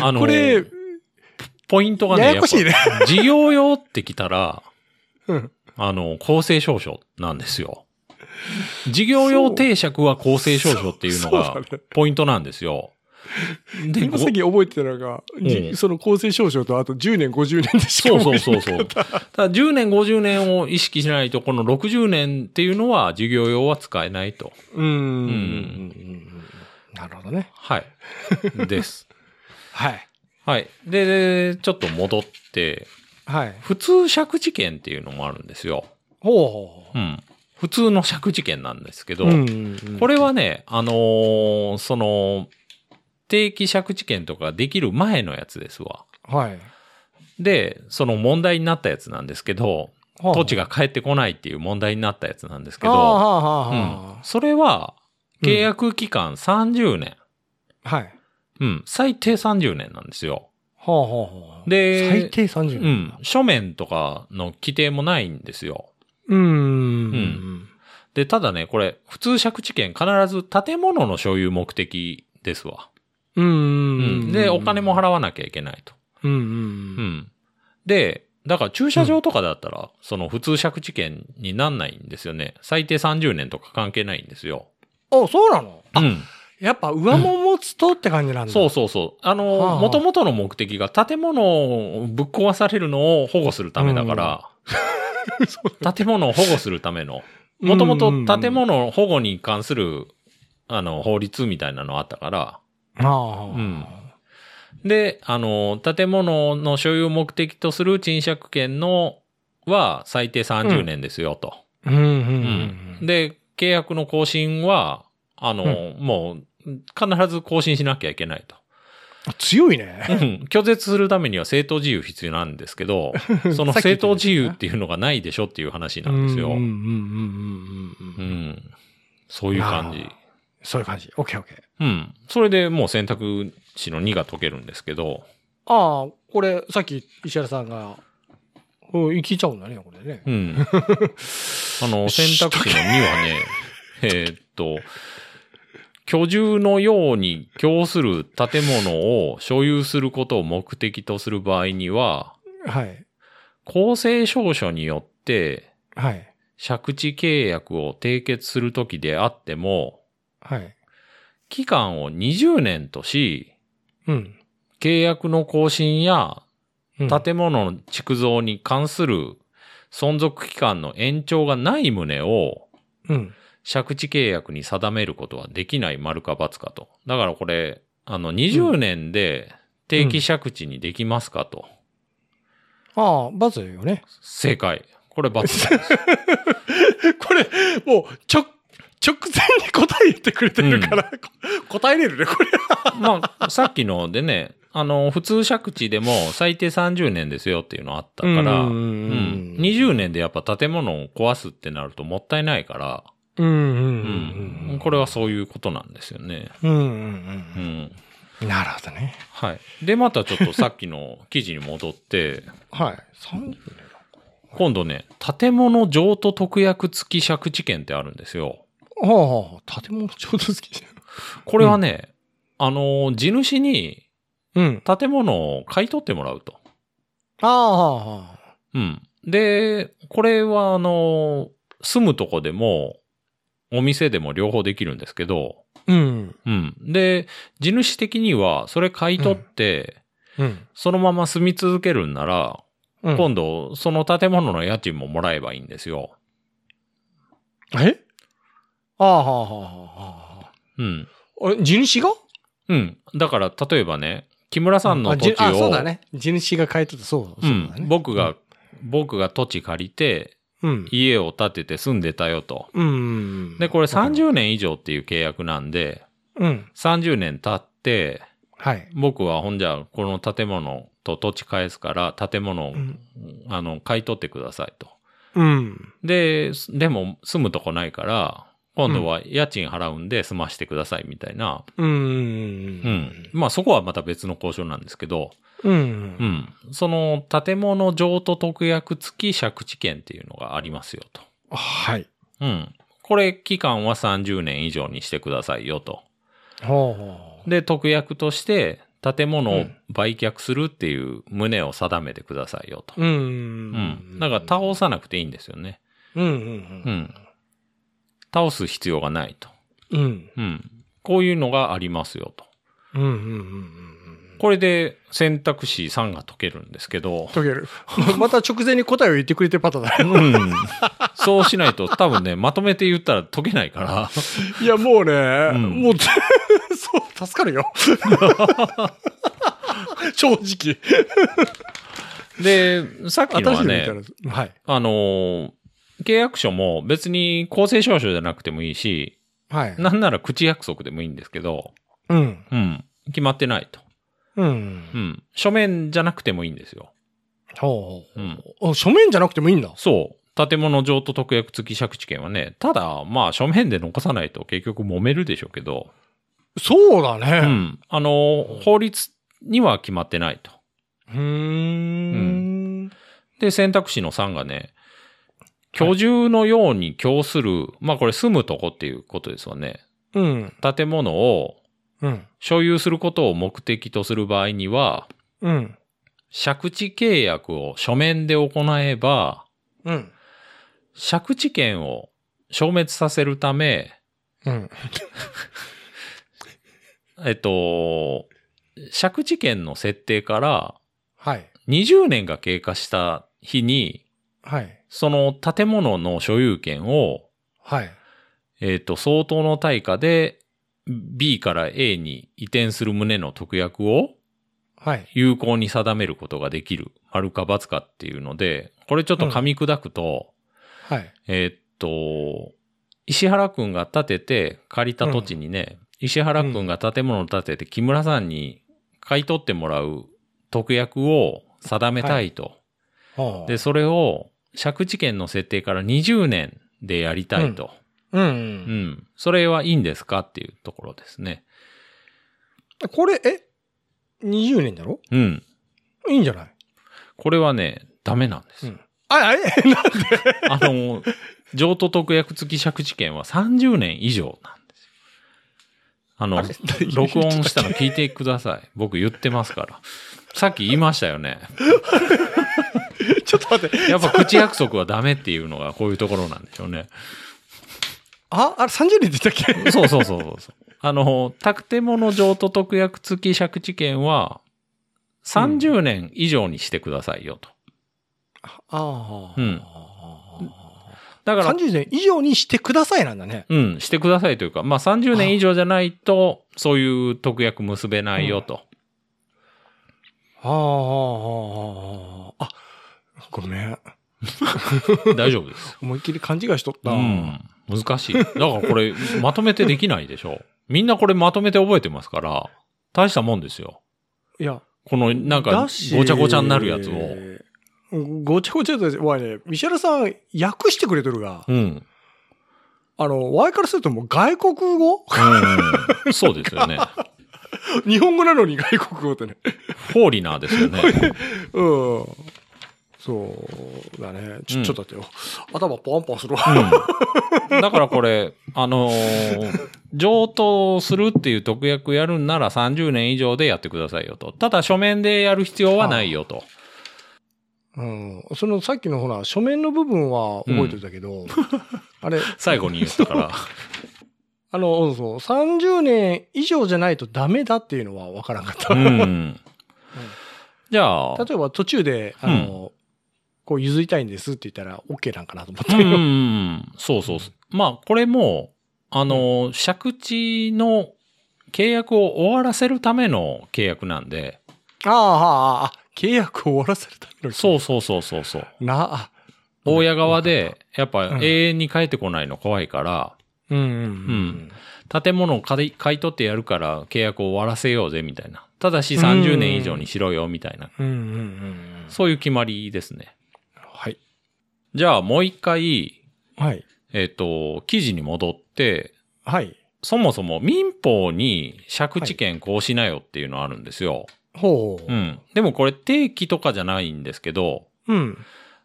C: あの、
B: これ、
C: ポイントがね、
B: ややこしいね
C: やっぱ事業用ってきたら、
B: うん
C: あの、公正証書なんですよ。事業用定着は公正証書っていうの
B: そ
C: が
B: うだね
C: ポイントなんですよ。で、
B: 今
C: ご
B: さっき覚えてたのが、じ
C: うん
B: その公正証書とあと10年、50年でしか
C: そう
B: 覚
C: そう
B: えて
C: そ
B: な
C: うそう。
B: か
C: ただ10年、50年を意識しないと、この60年っていうのは事業用は使えないと。
B: う。うんうん。なるほどね。
C: はい。です。
B: はい。
C: はい。で、でちょっと戻って、
B: はい。
C: 普通借地権っていうのもあるんですよ。
B: ほ
C: うん。普通の借地権なんですけ
B: う
C: ど、
B: ほう。うん
C: こ
B: れ、
C: れはね、あのーその、定期借地権とかできる前のやつですわ。
B: はい。
C: で、その問題になったやつなんですけど、土地
B: が、
C: が返ってこないっていう問題になったやつなんですけ
B: ああ、
C: ど、
B: はあ、はあ
C: うん
B: は、
C: それは、契約期間30年。
B: あ。はい。
C: うん。最低30年なんですよ。
B: はあはあはあ。
C: で
B: 最低30
C: う
B: 年。
C: ん。書面とかの規定もないんですよ。
B: うん。
C: うで、ただね、これ、普通借地権必ず建物の所有目的ですわ。
B: うん。う
C: うんん。で、お金も払わなきゃいけないと。
B: うんう。
C: うんん。で、だから駐車場とかだったら、その普通借地権になんないんですよね。最低30年とか関係ないんですよ。
B: あ、そうなの
C: うん。
B: やっぱ上も持つとって感じなんだ。
C: そうそうそう。あの、
B: はあはあ
C: 元々の目的が建物をぶっ壊されるのを保護するためだ から、建物を保護するための。
B: うん。
C: もともと建
B: は
C: 物保護に関する、あの、法律みたいなのあったから、
B: あはあ。
C: うんで、あの、建物の所有目的とする賃借権のは最低30年ですよと。
B: うんうんうん。
C: で、契約の更新は、あの、
B: う
C: もう、必ず更新しなきゃいけないと。
B: あ強いね。
C: うん拒絶するためには正当自由必要なんです けど、その
B: さっき言っ
C: 正
B: てた
C: 当
B: やつ
C: 自
B: ね
C: 由っていうのがないでしょっていう話なんです
B: う
C: よ。うん
B: うんうん
C: ん。
B: うんうんうん。
C: そういう感じ
B: な。そういう感じ。オッケーオッケー。
C: うん。それでもう選択肢の2が解けるんですけど、
B: ああ、これ、さっき石原さんが、うん、聞いちゃうんだね、これね。
C: うん。あの、選択肢の2はね、えーっと、居住のように供する建物を所有することを目的とする場合には、
B: はい。
C: 公正証書によって、
B: はい。
C: 借地契約を締結するときであっても、
B: はい。
C: 期間を20年とし、
B: うん。
C: 契約の更新や
B: うん、
C: 建物の築造に関する存続期間の延長がない旨を
B: うん。
C: 借地契約に定めることはできない丸か×かと。だからこれ、あの、20年で定期借地にできますかと。
B: ああ、バズよね。
C: 正解。これ×です。
B: これ、もう、ちょ、直前に答え言ってくれてるから、こ 答えれるね、これ。
C: まあ、さっきのでね、あの、普通借地でも最低30年ですよっていうのあったから、
B: うんうんうん
C: うん20年でやっぱ建物を壊すってなるともったいないから、
B: うんうん
C: うんこれはそういうことなんですよね。
B: うんうん
C: う
B: うん
C: ん。
B: うん。なるほどね。
C: はい。で、またちょっとさっきの記事に 戻って、
B: はい。30年
C: 今度ね、建物譲渡特約付き借地権ってあるんですよ。
B: はあはあ、建物ちょうど好きじ
C: これはね、あの、地主に
B: ゃん。うん。
C: 建物を買い取ってもらうと。
B: ああ、はあ、はあ。
C: うん。で、これはあの、住むとこでも、お店でも両方できるんですけど、
B: うん。
C: うん。で、地主的には、それ買い取って、
B: うん。
C: そのまま住み続けるんなら、
B: うん
C: 今度、その建物の家賃ももらえばいいんですよ。
B: えああ、はあ、はあ、は
C: うん。
B: あ。あれ、地主が
C: うん。だから、例えばね、木村さんの
B: あじ
C: 土地を、
B: あ、そうだね。地主が買い取って、そう
C: う
B: そ
C: ん
B: うだね。
C: 僕が、僕が土地借りて、
B: うん、
C: 家を建てて住んでたよと。
B: うん。うん。
C: で、これ
B: わかる。
C: 30年以上っていう契約なんで、
B: うん。
C: 30年経って、
B: はい。
C: 僕はほんじゃ、この建物と土地返すから、建物を、
B: うん。
C: あの、買い取ってくださいと。
B: うん。
C: で、すでも住むとこないから、今度は家賃払うんで済ましてくださいみたいな。
B: うん。う
C: うんん。まあそこはまた別の交渉なんですけど、
B: う。
C: うんん。その建物譲渡特約付き借地権っていうのがありますよと。
B: はい。
C: うん。これ期間は30年以上にしてくださいよと。
B: ほうほう。
C: で、特約として建物を売却するっていう旨を定めてくださいよと。
B: うん。
C: うん。だから倒さなくていいんですよね。
B: うん。う。
C: うんん。倒す必要がないと。
B: うん。うん。
C: うん。こういうのがありますよと。
B: うん。うん。うん。
C: これで選択肢3が解けるんですけど、
B: 解ける。また直前に答えを言ってくれてるパターンだね。
C: うん。そうしないと多分ね、まとめて言ったら解けないから、
B: いや、もうね、
C: ん
B: もう、 そう、助かるよ。 正直。
C: で、さっきのはね、
B: 私みたいな。はい。
C: あのー、契約書も別に公正証書じゃなくてもいいし、
B: はい。
C: なんなら口約束でもいいんですけど、
B: うん。
C: うん。決まってないと。
B: うん。
C: うん。書面じゃなくてもいいんですよ。
B: ほう
C: うん。
B: ほう。あ書面じゃなくてもいいんだ。
C: そう。建物譲渡特約付き借地権はね、ただ、まあ書面で残さないと結局揉めるでしょうけど、
B: そうだ
C: う
B: ね。
C: ん。あの、法律には決まってないと。
B: うーん。
C: で、選択肢の3がね、居住のように供する、まあこれ住むとこっていうことですわね。
B: うん。
C: 建物を
B: うん。
C: 所有することを目的とする場合には、
B: うん。
C: 借地契約を書面で行えば、
B: うん。
C: 借地権を消滅させるため、
B: うん。
C: えっと、借地権の設定から
B: はい。
C: 20年が経過した日に、
B: はい。
C: その建物の所有権を、
B: はい。
C: えっと、相当の対価で B から A に移転する旨の特約を
B: はい。
C: 有効に定めることができる。丸か×かっていうので、これちょっと噛み砕くと、
B: はい。
C: えーっと、石原くんが建てて借りた土地にね、石原くんが建物を建てて木村さんに買い取ってもらう特約を定めたいと。
B: はあ
C: で、、それを借地権の設定から20年でやりたいと。
B: う
C: うん。
B: ん。
C: それはいいんですかっていうところですね。
B: これ、え ?20 年だろ
C: うん。
B: いいんじゃない
C: これはね、ダメなんです。
B: うんあ、あれな
C: あの、譲渡特約付き借地権は30年以上なんですよ。あの
B: あれ、
C: 録音したの聞いてください。僕言ってますから。さっき言いましたよね。
B: ちょっと待って。
C: やっぱ口約束はダメっていうのがこういうところなんでしょうね。
B: あ、あれ30年でしたっけ
C: そうそうそうそうそう。あの、建物譲渡特約付き借地権は30年以上にしてくださいよと。
B: ああ。
C: うんだから、
B: 30年以上にしてくださいなんだね。
C: うん、してくださいというか、まあ30年以上じゃないと、そういう特約結べないよと。
B: はあ、あ、ごめん。
C: 大丈夫です。
B: 思いっきり勘違いしとった。
C: うん。難しい。だからこれ、 まとめてできないでしょ。みんなこれまとめて覚えてますから、大したもんですよ。
B: いや、
C: この、なんか、
B: だ
C: ご
B: し
C: ちゃごちゃになるやつを。。
B: ごちゃごちゃだし、わいね、ミシェルさん、訳してくれとるが、
C: うん。
B: あの、わいからするともう外国語
C: うん、そうですよね。
B: 日本語なのに外国語ってね。
C: フォーリナーですよね。
B: うん。そうだね。ち
C: う
B: ょ、
C: ん
B: ちょっと待ってよ。頭パンパンするわ。
C: うん。だからこれ、あのー上等するっていう特約やるんなら30年以上でやってくださいよと。ただ書面でやる必要はないよと。
B: うん。そのさっきのほら、書面の部分は覚えてたけど、あれ、
C: 最後に言ったから。
B: あの、うんそう、30年以上じゃないとダメだっていうのは分からんかった。
C: うん。じゃあ、
B: 例えば途中で、あの、こう譲りたいんですって言ったら OK なんかなと思った
C: うんうん
B: よ。
C: うん。そうそうそう。まあ、これも、あの、借地の契約を終わらせるための契約なんで、
B: ああ、ああ、あ契約を終わらせるための。
C: そうそうそうそうそう。
B: う。な、あ、
C: 大家側で、やっ
B: う
C: ぱ
B: ん
C: 永遠に帰ってこないの怖いから、
B: うんうん
C: ん建物を買い買い取ってやるから契約を終わらせようぜ、みたいな。ただし30年以上にしろよ、みたいな。
B: うん。うんうんうん。
C: そういう決まりですね。
B: はい。
C: じゃあ、もう一回、
B: はい。
C: えっ、と、記事に戻って、
B: はい。
C: そもそも民法に借地権こうしなよっていうのあるんですよ。
B: ほう。
C: うん。でもこれ定期とかじゃないんですけど、
B: うん。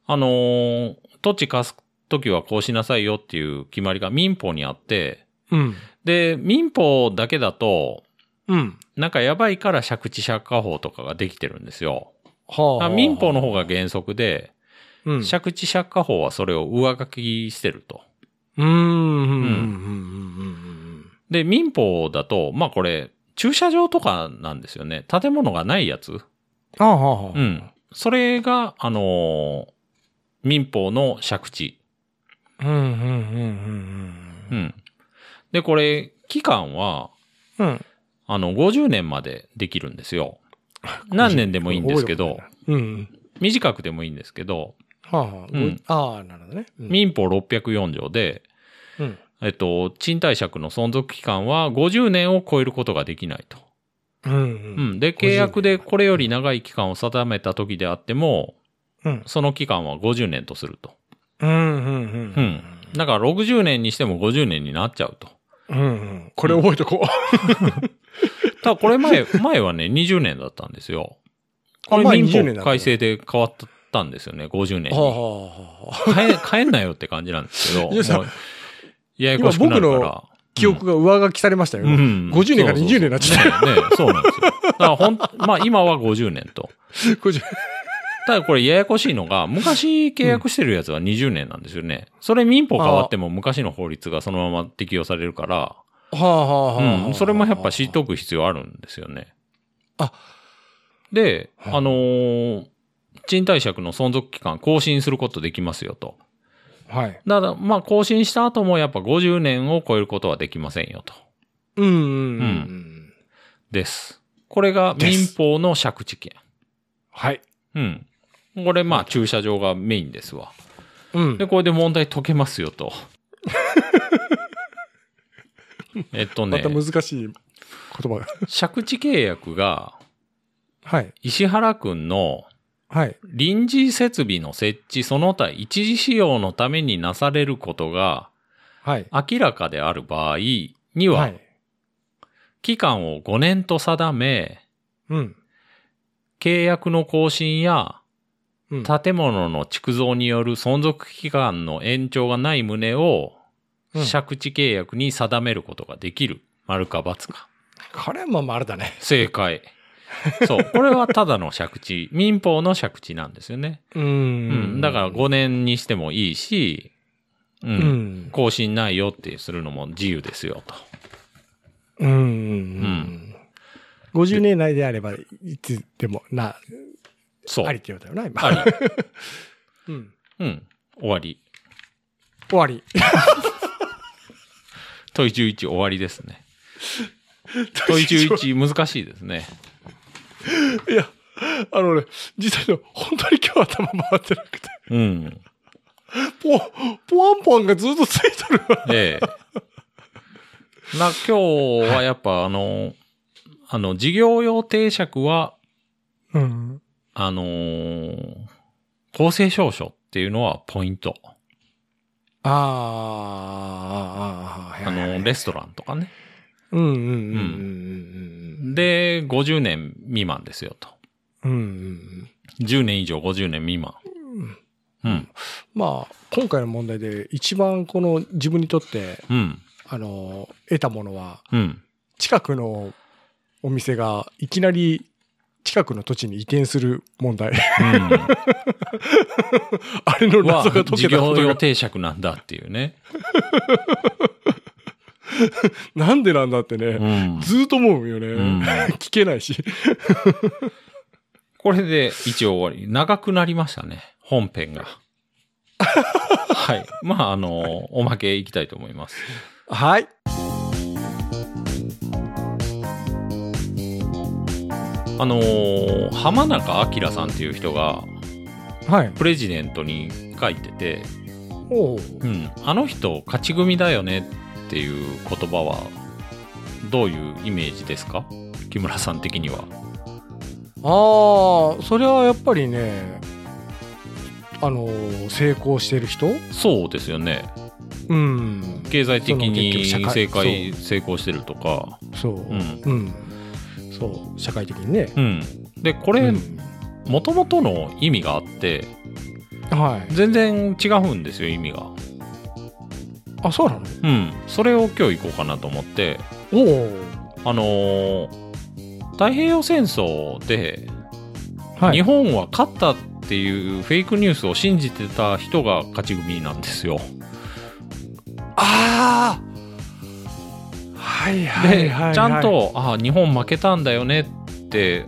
C: あのー土地貸すときはこうしなさいよっていう決まりが民法にあって、
B: うん。
C: で、民法だけだと、
B: うん。
C: なんかやばいから借地借家法とかができてるんですよ。
B: はあ。
C: あ民法の方が原則で、
B: うん、うん。
C: 借地借家法はそれを上書きしてると。
B: うん。うん。うん。うん
C: ん。で、民法だと、まあこれ、駐車場とかなんですよね。建物がないやつ。
B: ああ、はあ。
C: うん。それが、あのー民法の借地
B: うん。うん。うん。うん。
C: う。ん。で、これ、期間は、
B: うん。
C: あの、50年までできるんです よ。何年でもいいんですけど、
B: うん。
C: 短くてもいいんですけど、
B: はあ、はあ
C: うん
B: ああ、なるほどね。うん
C: 民法604条で、
B: うん。
C: えっと、賃貸借の存続期間は50年を超えることができないと。
B: うん。う。
C: うんん。で、契約でこれより長い期間を定めた時であっても、
B: うん。
C: その期間は50年とすると。
B: うん。うん。うん。
C: うん。だから60年にしても50年になっちゃうと。
B: うんうん。これ覚えとこう。
C: ただこれ前、 前はね、20年だったんですよ。こ れ
B: あ前
C: 民
B: 20年だっ
C: 法
B: たね
C: 改正で変わったんですよね、50年
B: はあ
C: に。
B: はあはあ
C: 変え、 変えんなよって感じなんですけど。
B: いやさ
C: もうややこしくなるか
B: 今僕
C: ら。
B: 記憶が上書きされましたよ。
C: うん、うん
B: 50年から20年になっちゃ
C: そうそうそうねねそうなんですよ。だからほん、 まあ今は50年と。
B: 50
C: ただこれややこしいのが、昔契約してるやつは20年なんですよね。それ民法変わっても昔の法律がそのまま適用されるから、
B: はあはあはあはあ
C: うん、それもやっぱ知っとく必要あるんですよね。
B: あ
C: で、
B: はあ
C: あのー賃貸借の存続期間更新することできますよと。
B: はい。
C: ただ、まあ更新した後もやっぱ50年を超えることはできませんよと。
B: うんうん
C: う
B: うん。
C: です。これが
B: で
C: 民
B: す
C: 法の借地権。
B: はい。
C: うん。これまあ駐車場がメインですわ。
B: うん
C: で、。これで問題解けますよ と。えっと
B: ま
C: ね
B: た、難しい言葉 が。
C: 借地契約が
B: はい。
C: 石原くんの
B: はい。
C: 臨時設備の設置その他一時使用のためになされることが
B: はい。
C: 明らかである場合には、
B: はい。
C: 期間を5年と定め、
B: うん。
C: 契約の更新や
B: うん。
C: 建物の築造による存続期間の延長がない旨を
B: うん
C: 借地契約に定めることができる。丸か×か。
B: これも丸だね。
C: 正解。 そう。これはただの借地。民法の借地なんですよね。
B: う
C: うん。
B: ん
C: だから5年にしてもいいし、う。
B: うんん。
C: 更新ないよってするのも自由ですよと。
B: うん。うん。50年内であれば、いつでも、な、
C: そう。
B: ありって言われたよな、今。
C: あり。
B: う ん。
C: うん。終わり。
B: 終わり。
C: 問い11終わりですね。問い11 難しいですね。
B: いや、あのね、実際の、本当に今日頭回ってなくて、
C: うん。
B: ポ、ポワンポワンがずっとついてるわ。
C: ええ。まあ今日はやっぱあの、あの、事業用定借は、
B: うん。
C: あのー公正証書っていうのはポイント。
B: あーあー、あーあー、は
C: あ
B: いはい
C: の、レストランとかね。
B: うんうんうんうん
C: で、50年未満ですよと。
B: うんうん。うんうん
C: 10年以上50年未満。
B: うん。
C: うん。
B: まあ、今回の問題で一番この自分にとって、
C: うん。
B: あの、得たものは、
C: うん。
B: 近くのお店がいきなり近くの土地に移転する問 題。
C: うん。
B: あれの
C: は
B: 謎が解
C: 事
B: けたこ
C: 業
B: と
C: 用
B: が、
C: 定借なんだっていうね。
B: なんでなんだって
C: う
B: ね、
C: ん。
B: ずーっと思うよね。
C: ん
B: 聞けない し。
C: これで一応終わり。長くなりましたね。本編 が。はい。まあ、あの、おまけいきたいと思います。
B: はい。
C: あのー浜中明さんっていう人が、
B: はい。
C: プレジデントに書いてて、
B: おう
C: うん、あの人、勝ち組だよねっていう言葉は、どういうイメージですか木村さん的には。
B: ああ、それはやっぱりね、あの、成功してる人
C: そうですよね。
B: うん。
C: 経済的に
B: その結
C: 正
B: 局社会
C: 解、成功してるとか。
B: そう。
C: ん
B: うん。そう。社会的にね。
C: うん。で、こ
B: う
C: れ、
B: ん
C: もともとの意味があって、
B: はい。
C: 全然違うんですよ意味が
B: あ、そうなの
C: うんそれを今日行こうかなと思って
B: おお。
C: あのー太平洋戦争で
B: は
C: 日
B: い。
C: 本は勝ったっていうフェイクニュースを信じてた人が勝ち組なんですよ
B: ああはい
C: で、
B: はいはいはい。
C: ちゃん。とあ日本負けたんだよねって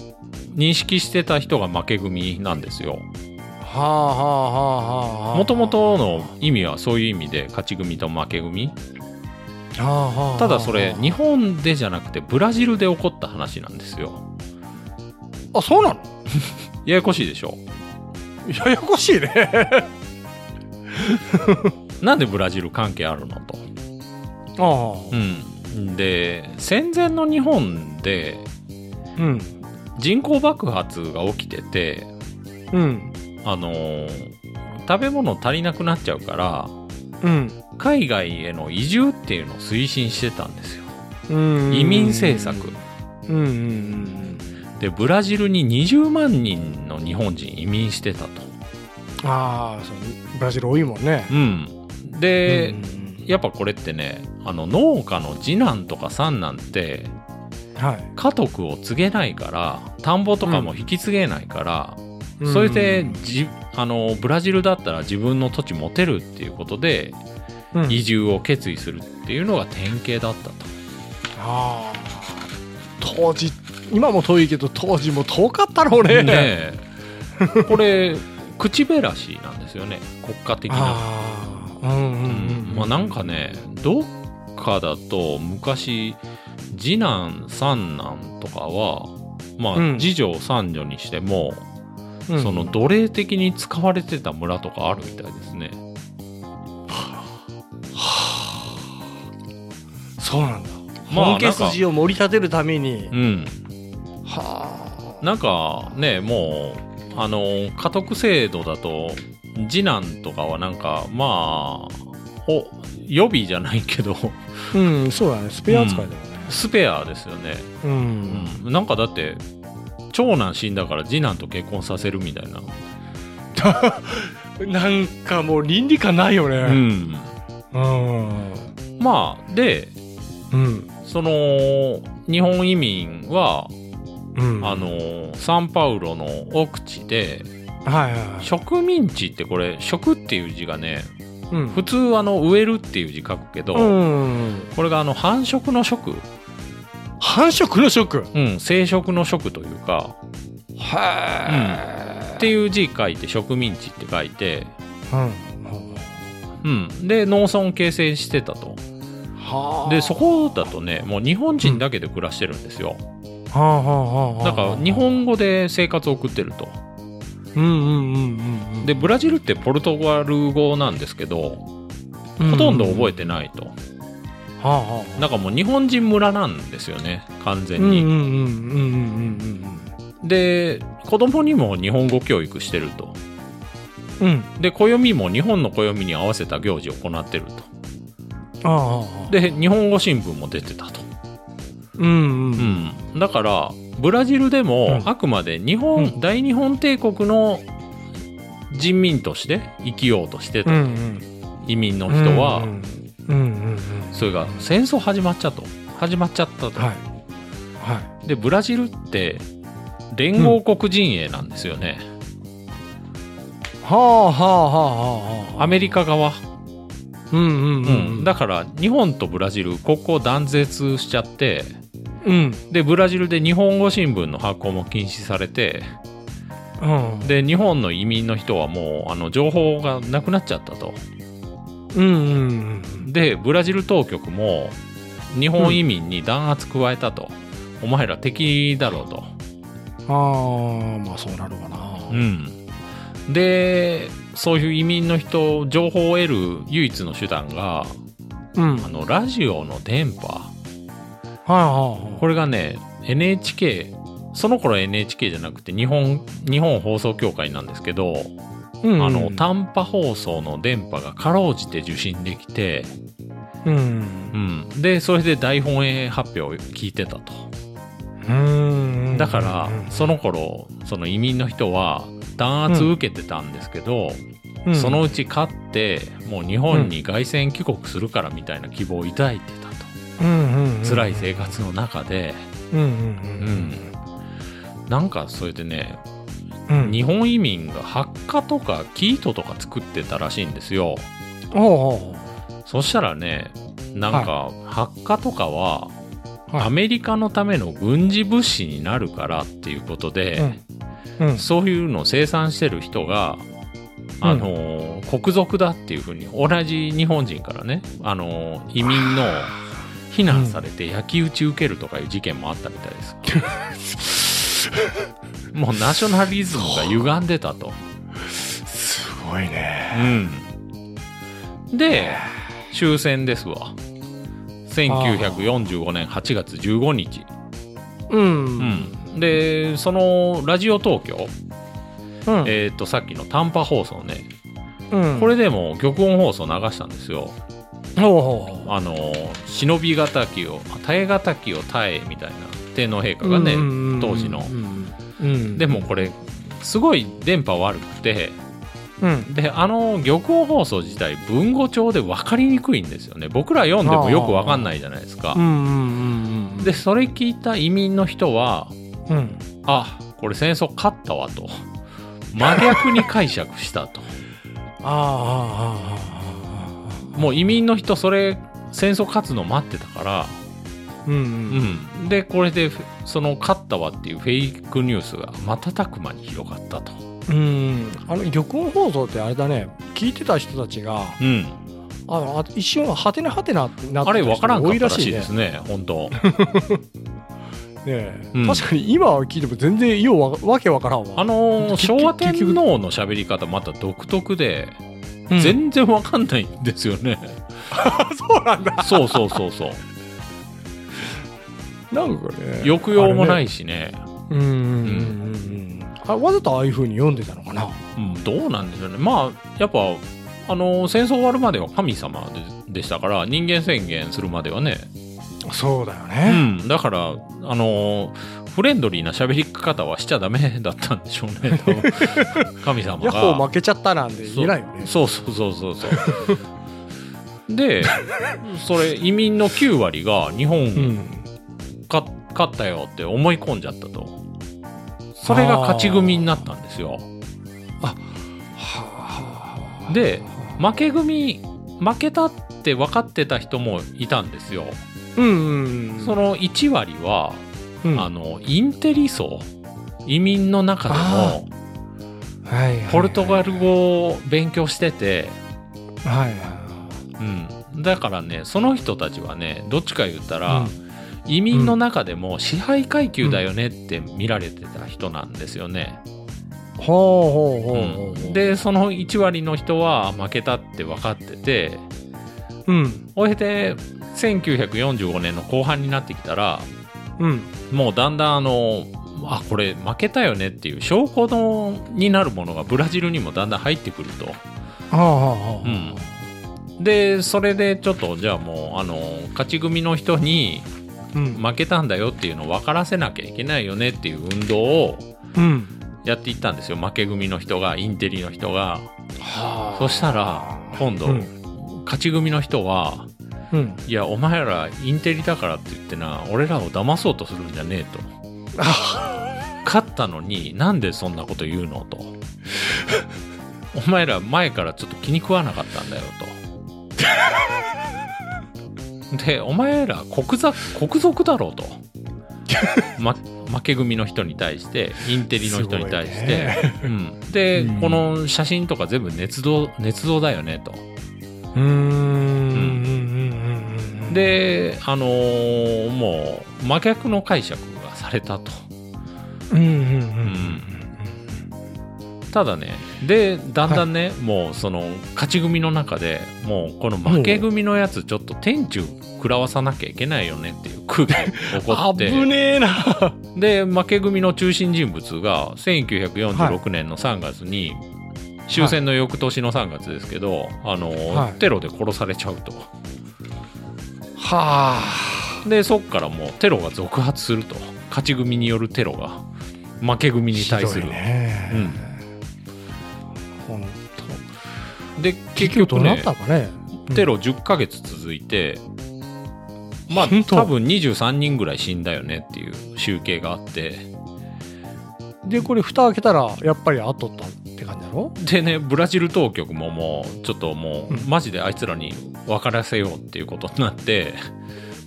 C: 認識してた人が負け組なんですよ
B: はあはあはあはあ。
C: もともとの意味はそういう意味で勝ち組と負け組
B: はあはあはあ
C: ただそれ日。本でじゃなくてブラジルで起こった話なんですよ
B: あ、そうなの
C: ややこしいでしょ
B: ややこしいね。
C: なんでブラジル関係あるのと。
B: ああ。
C: うん、で戦前の日本で
B: うん。
C: 人口爆発が起きてて、
B: うん。
C: あのー食べ物足りなくなっちゃうから
B: うん。
C: 海外への移住っていうのを推進してたんですよ。
B: うん
C: 移民政策。
B: うんうんうん
C: で、ブラジルに20万人の日本人移民してたと。
B: ああそうブラジル多いもんね
C: うん。で、
B: うん
C: やっぱこれってねあの農家の次男とか三男って
B: はい
C: 家督を継げないから田んぼとかも引き継げないから、それでじあのブラジルだったら自分の土地持てるっていうことで
B: うん
C: 移住を決意するっていうのが典型だったと。
B: ああ当時今も遠いけど当時も遠かったろうね
C: ねえこれ口べらしなんですよね国家的な。
B: ああうんうんうん、
C: まあ、なんかねどっかだと昔次男三男とかはまあ、
B: うん
C: 次女三女にしても、
B: うん
C: その奴隷的に使われてた村とかあるみたいですね。
B: そうなんだ、
C: まあ
B: 本家筋を盛り立てるために
C: うん、
B: は
C: なんかねもうあの家督制度だと次男とかはなんかまあお予備じゃないけど
B: あうんそうだねスペア扱いだよね
C: スペアですよね、
B: うん、
C: うん、なんかだって長男死んだから次男と結婚させるみたいな、
B: なんかもう倫理観ないよ
C: う
B: ね
C: ん、
B: うん
C: まあで
B: うん
C: その日本移民は、
B: うん
C: あのサンパウロの奥地で
B: はいはい
C: 植民地ってこれ「植」っていう字がね
B: うん
C: 普通あの植えるっていう字書くけど、
B: うん
C: これがあの繁殖の食、
B: 繁殖の食
C: うん、生殖の食というか、
B: は
C: っていう字書いて植民地って書いて、
B: うん、
C: うん、で農村形成してたと
B: はあ
C: でそこだとねもう日本人だけで暮らしてるんですよ、
B: はあはあはあ
C: だから日本語で生活を送ってると
B: うんうんうんうんうん
C: でブラジルってポルトガル語なんですけどほとんど覚えてないと、
B: えはあはあ
C: だからもう日本人村なんですよね完
B: うん
C: 全
B: うん
C: に、
B: うんうんうん
C: で子供にも日本語教育してると
B: うんうん
C: で暦も日本の暦に合わせた行事を行ってると
B: ああああ
C: で日本語新聞も出てたと、
B: うんうん
C: うん、だからブラジルでも
B: うん
C: あくまで日本、
B: うん
C: 大日本帝国の人民として生きようとしてた、
B: うん
C: 移民
B: う
C: の
B: ん
C: 人は、
B: うんうんうんうん
C: それが戦争始まっちゃと始まっちゃったと、
B: はいは
C: でブラジルって連合国陣営なんですよね、
B: いはあはあはあはあ
C: アメリカ側、
B: うんうんうん
C: だから日本とブラジルここ断絶しちゃって
B: うん
C: でブラジルで日本語新聞の発行も禁止されて
B: うん
C: で日本の移民の人はもうあの情報がなくなっちゃったと
B: うんうんうん
C: でブラジル当局も日本移民に弾圧加えたと、お前ら敵だろうと、
B: ああまあそうなるわな
C: うん、でそういう移民の人情報を得る唯一の手段が
B: うん
C: あのラジオの電波
B: はいはい
C: これがね NHK その頃 NHK じゃなくて日本日本放送協会なんですけど、
B: れ、うん
C: あの短波放送の電波がかろうじて受信できて、
B: うん
C: うん、でそれで大本営発表を聞いてたと
B: うん
C: だからその頃その移民の人は弾圧受けてたんですけど、
B: うん
C: そのうち勝ってもう日本に凱旋帰国するからみたいな希望を抱いてた
B: う
C: と、
B: んうんうん
C: 辛い生活の中で、
B: うんう
C: うんん、なんかそれでね
B: うんうん
C: 日本移民が発火とか生糸とか作ってたらしいんですよ
B: おうおう
C: そしたらねなんか発火とかは
B: はい
C: アメリカのための軍事物資になるからっていうことで、
B: うんうん
C: そういうのを生産してる人が、あのー国賊だっていうふうに同じ日本人からね、あのー移民の非難されて焼き討ち受けるとかいう事件もあったみたいです。 もうナショナリズムが歪んでたと。
B: すごいね
C: うん、で終戦ですわ1945年8月15日、
B: うんう
C: うん、でそのラジオ東京、
B: うん
C: えー、とさっきの短波放送ね
B: うん
C: これでもう玉音放送流したんですよ
B: お
C: あの忍び敵を耐え敵を耐えみたいな天皇陛下がね、当時のでもこれすごい電波悪くて
B: うん
C: であの玉音放送自体文語帳で分かりにくいんですよね僕ら読んでもよく分かんないじゃないですか
B: うんうんうん
C: でそれ聞いた移民の人は
B: うん
C: あこれ戦争勝ったわと真逆に解釈したと
B: ああ
C: もう移民の人それ戦争勝つの待ってたから
B: あうんうん
C: うん、でこれでフェその勝ったわっていうフェイクニュースが瞬く間に広がったと、
B: うんあの玉音放送ってあれだね聞いてた人たちが
C: うん、
B: あのあ一瞬はてなはてなってなって
C: あれ分からんか
B: 多
C: っ
B: い
C: た
B: ら
C: らし
B: し
C: い
B: いね
C: ですね 本当
B: ねえ
C: うん
B: 確かに今は聞いても全然ようわわけわからんわ
C: あのー
B: 結局
C: 昭和天皇の喋り方また独特で全然分かんないんですよね、
B: そうなんだ
C: そうそうそ うそう
B: なんかね
C: 抑揚もないいしね
B: うんうんうんうんうんあわざとああいうふうに読んでたのかな
C: うん、どうなんでしょうねまあやっぱあのー戦争終わるまでは神様ででしたから人間宣言するまではね
B: そうだよ
C: う
B: ね、
C: ん、だから、あのーフレンドリーな喋り方はしちゃダメだったんでしょうね、 多分神様
B: ヤッホー
C: が。
B: 負けちゃったなんで言えないよね
C: そうそうそうそうそう。で、それ、移民の9割が日
B: う
C: 本
B: ん
C: か、勝ったよって思い込んじゃったと。それが勝ち組になったんですよ。で、負け組、負けたって分かってた人もいたんですよ。
B: うんうんうん
C: その1割は、
B: うん
C: あのインテリ層移民の中で
B: あ
C: も
B: はいはい
C: ポルトガル語を勉強してて、
B: はいはい
C: うん、だからねその人たちはねどっちか言ったら、
B: うん
C: 移民の中でも支配階級だよねって見られてた人なんですよね。
B: ほうほう
C: う、
B: ほうほうほうん
C: でその1割の人は負けたって分かってて
B: うん
C: おいで1945年の後半になってきたら
B: うん
C: もうだんだんあのあこれ負けたよねっていう証拠のになるものがブラジルにもだんだん入ってくると
B: はあはあはあ
C: うんでそれでちょっとじゃあもうあの勝ち組の人に
B: うん
C: 負けたんだよっていうのを分からせなきゃいけないよねっていう運動を
B: うん
C: やっていったんですよ負け組の人がインテリの人が
B: はあ
C: そしたら今度、
B: うん
C: 勝ち組の人は
B: うん
C: いやお前らインテリだからって言ってな俺らを騙そうとするんじゃ ねえと勝ったのになんでそんなこと言うのとお前ら前からちょっと気に食わなかったんだよとでお前ら国ざ国賊だろ うと、ま、負け組の人に対してインテリの人に対して、うん、で、
B: うん
C: この写真とか全部捏造捏造だよねと
B: うーんうんうんうんうん
C: であのーもう真逆の解釈がされたと
B: うんうんうんうん
C: ただねでだんだんね、もうその勝ち組の中でもうこの負け組のやつちょっと天中食らわさなきゃいけないよねっていう空気が起こ
B: あ
C: っ
B: ぶ
C: て
B: ねえな
C: で負け組の中心人物が1946年の3月に、終戦の翌年の3月ですけど、あの
B: はい
C: テロで殺されちゃうと
B: は
C: でそっからもうテロが続発すると勝ち組によるテロが負け組に対する、
B: ね
C: うん
B: ほんと
C: で
B: 結
C: 結
B: 局どう
C: 局
B: な
C: ね
B: ったのかね
C: テロ10ヶ月続いて、まあ
B: 本当
C: 多分23人ぐらい死んだよねっていう集計があって
B: でこれ蓋開けたらやっぱりあっとったって感じだろ
C: でねブラジル当局ももうちょっともう
B: うん
C: マジであいつらに分からせようっていうことになって、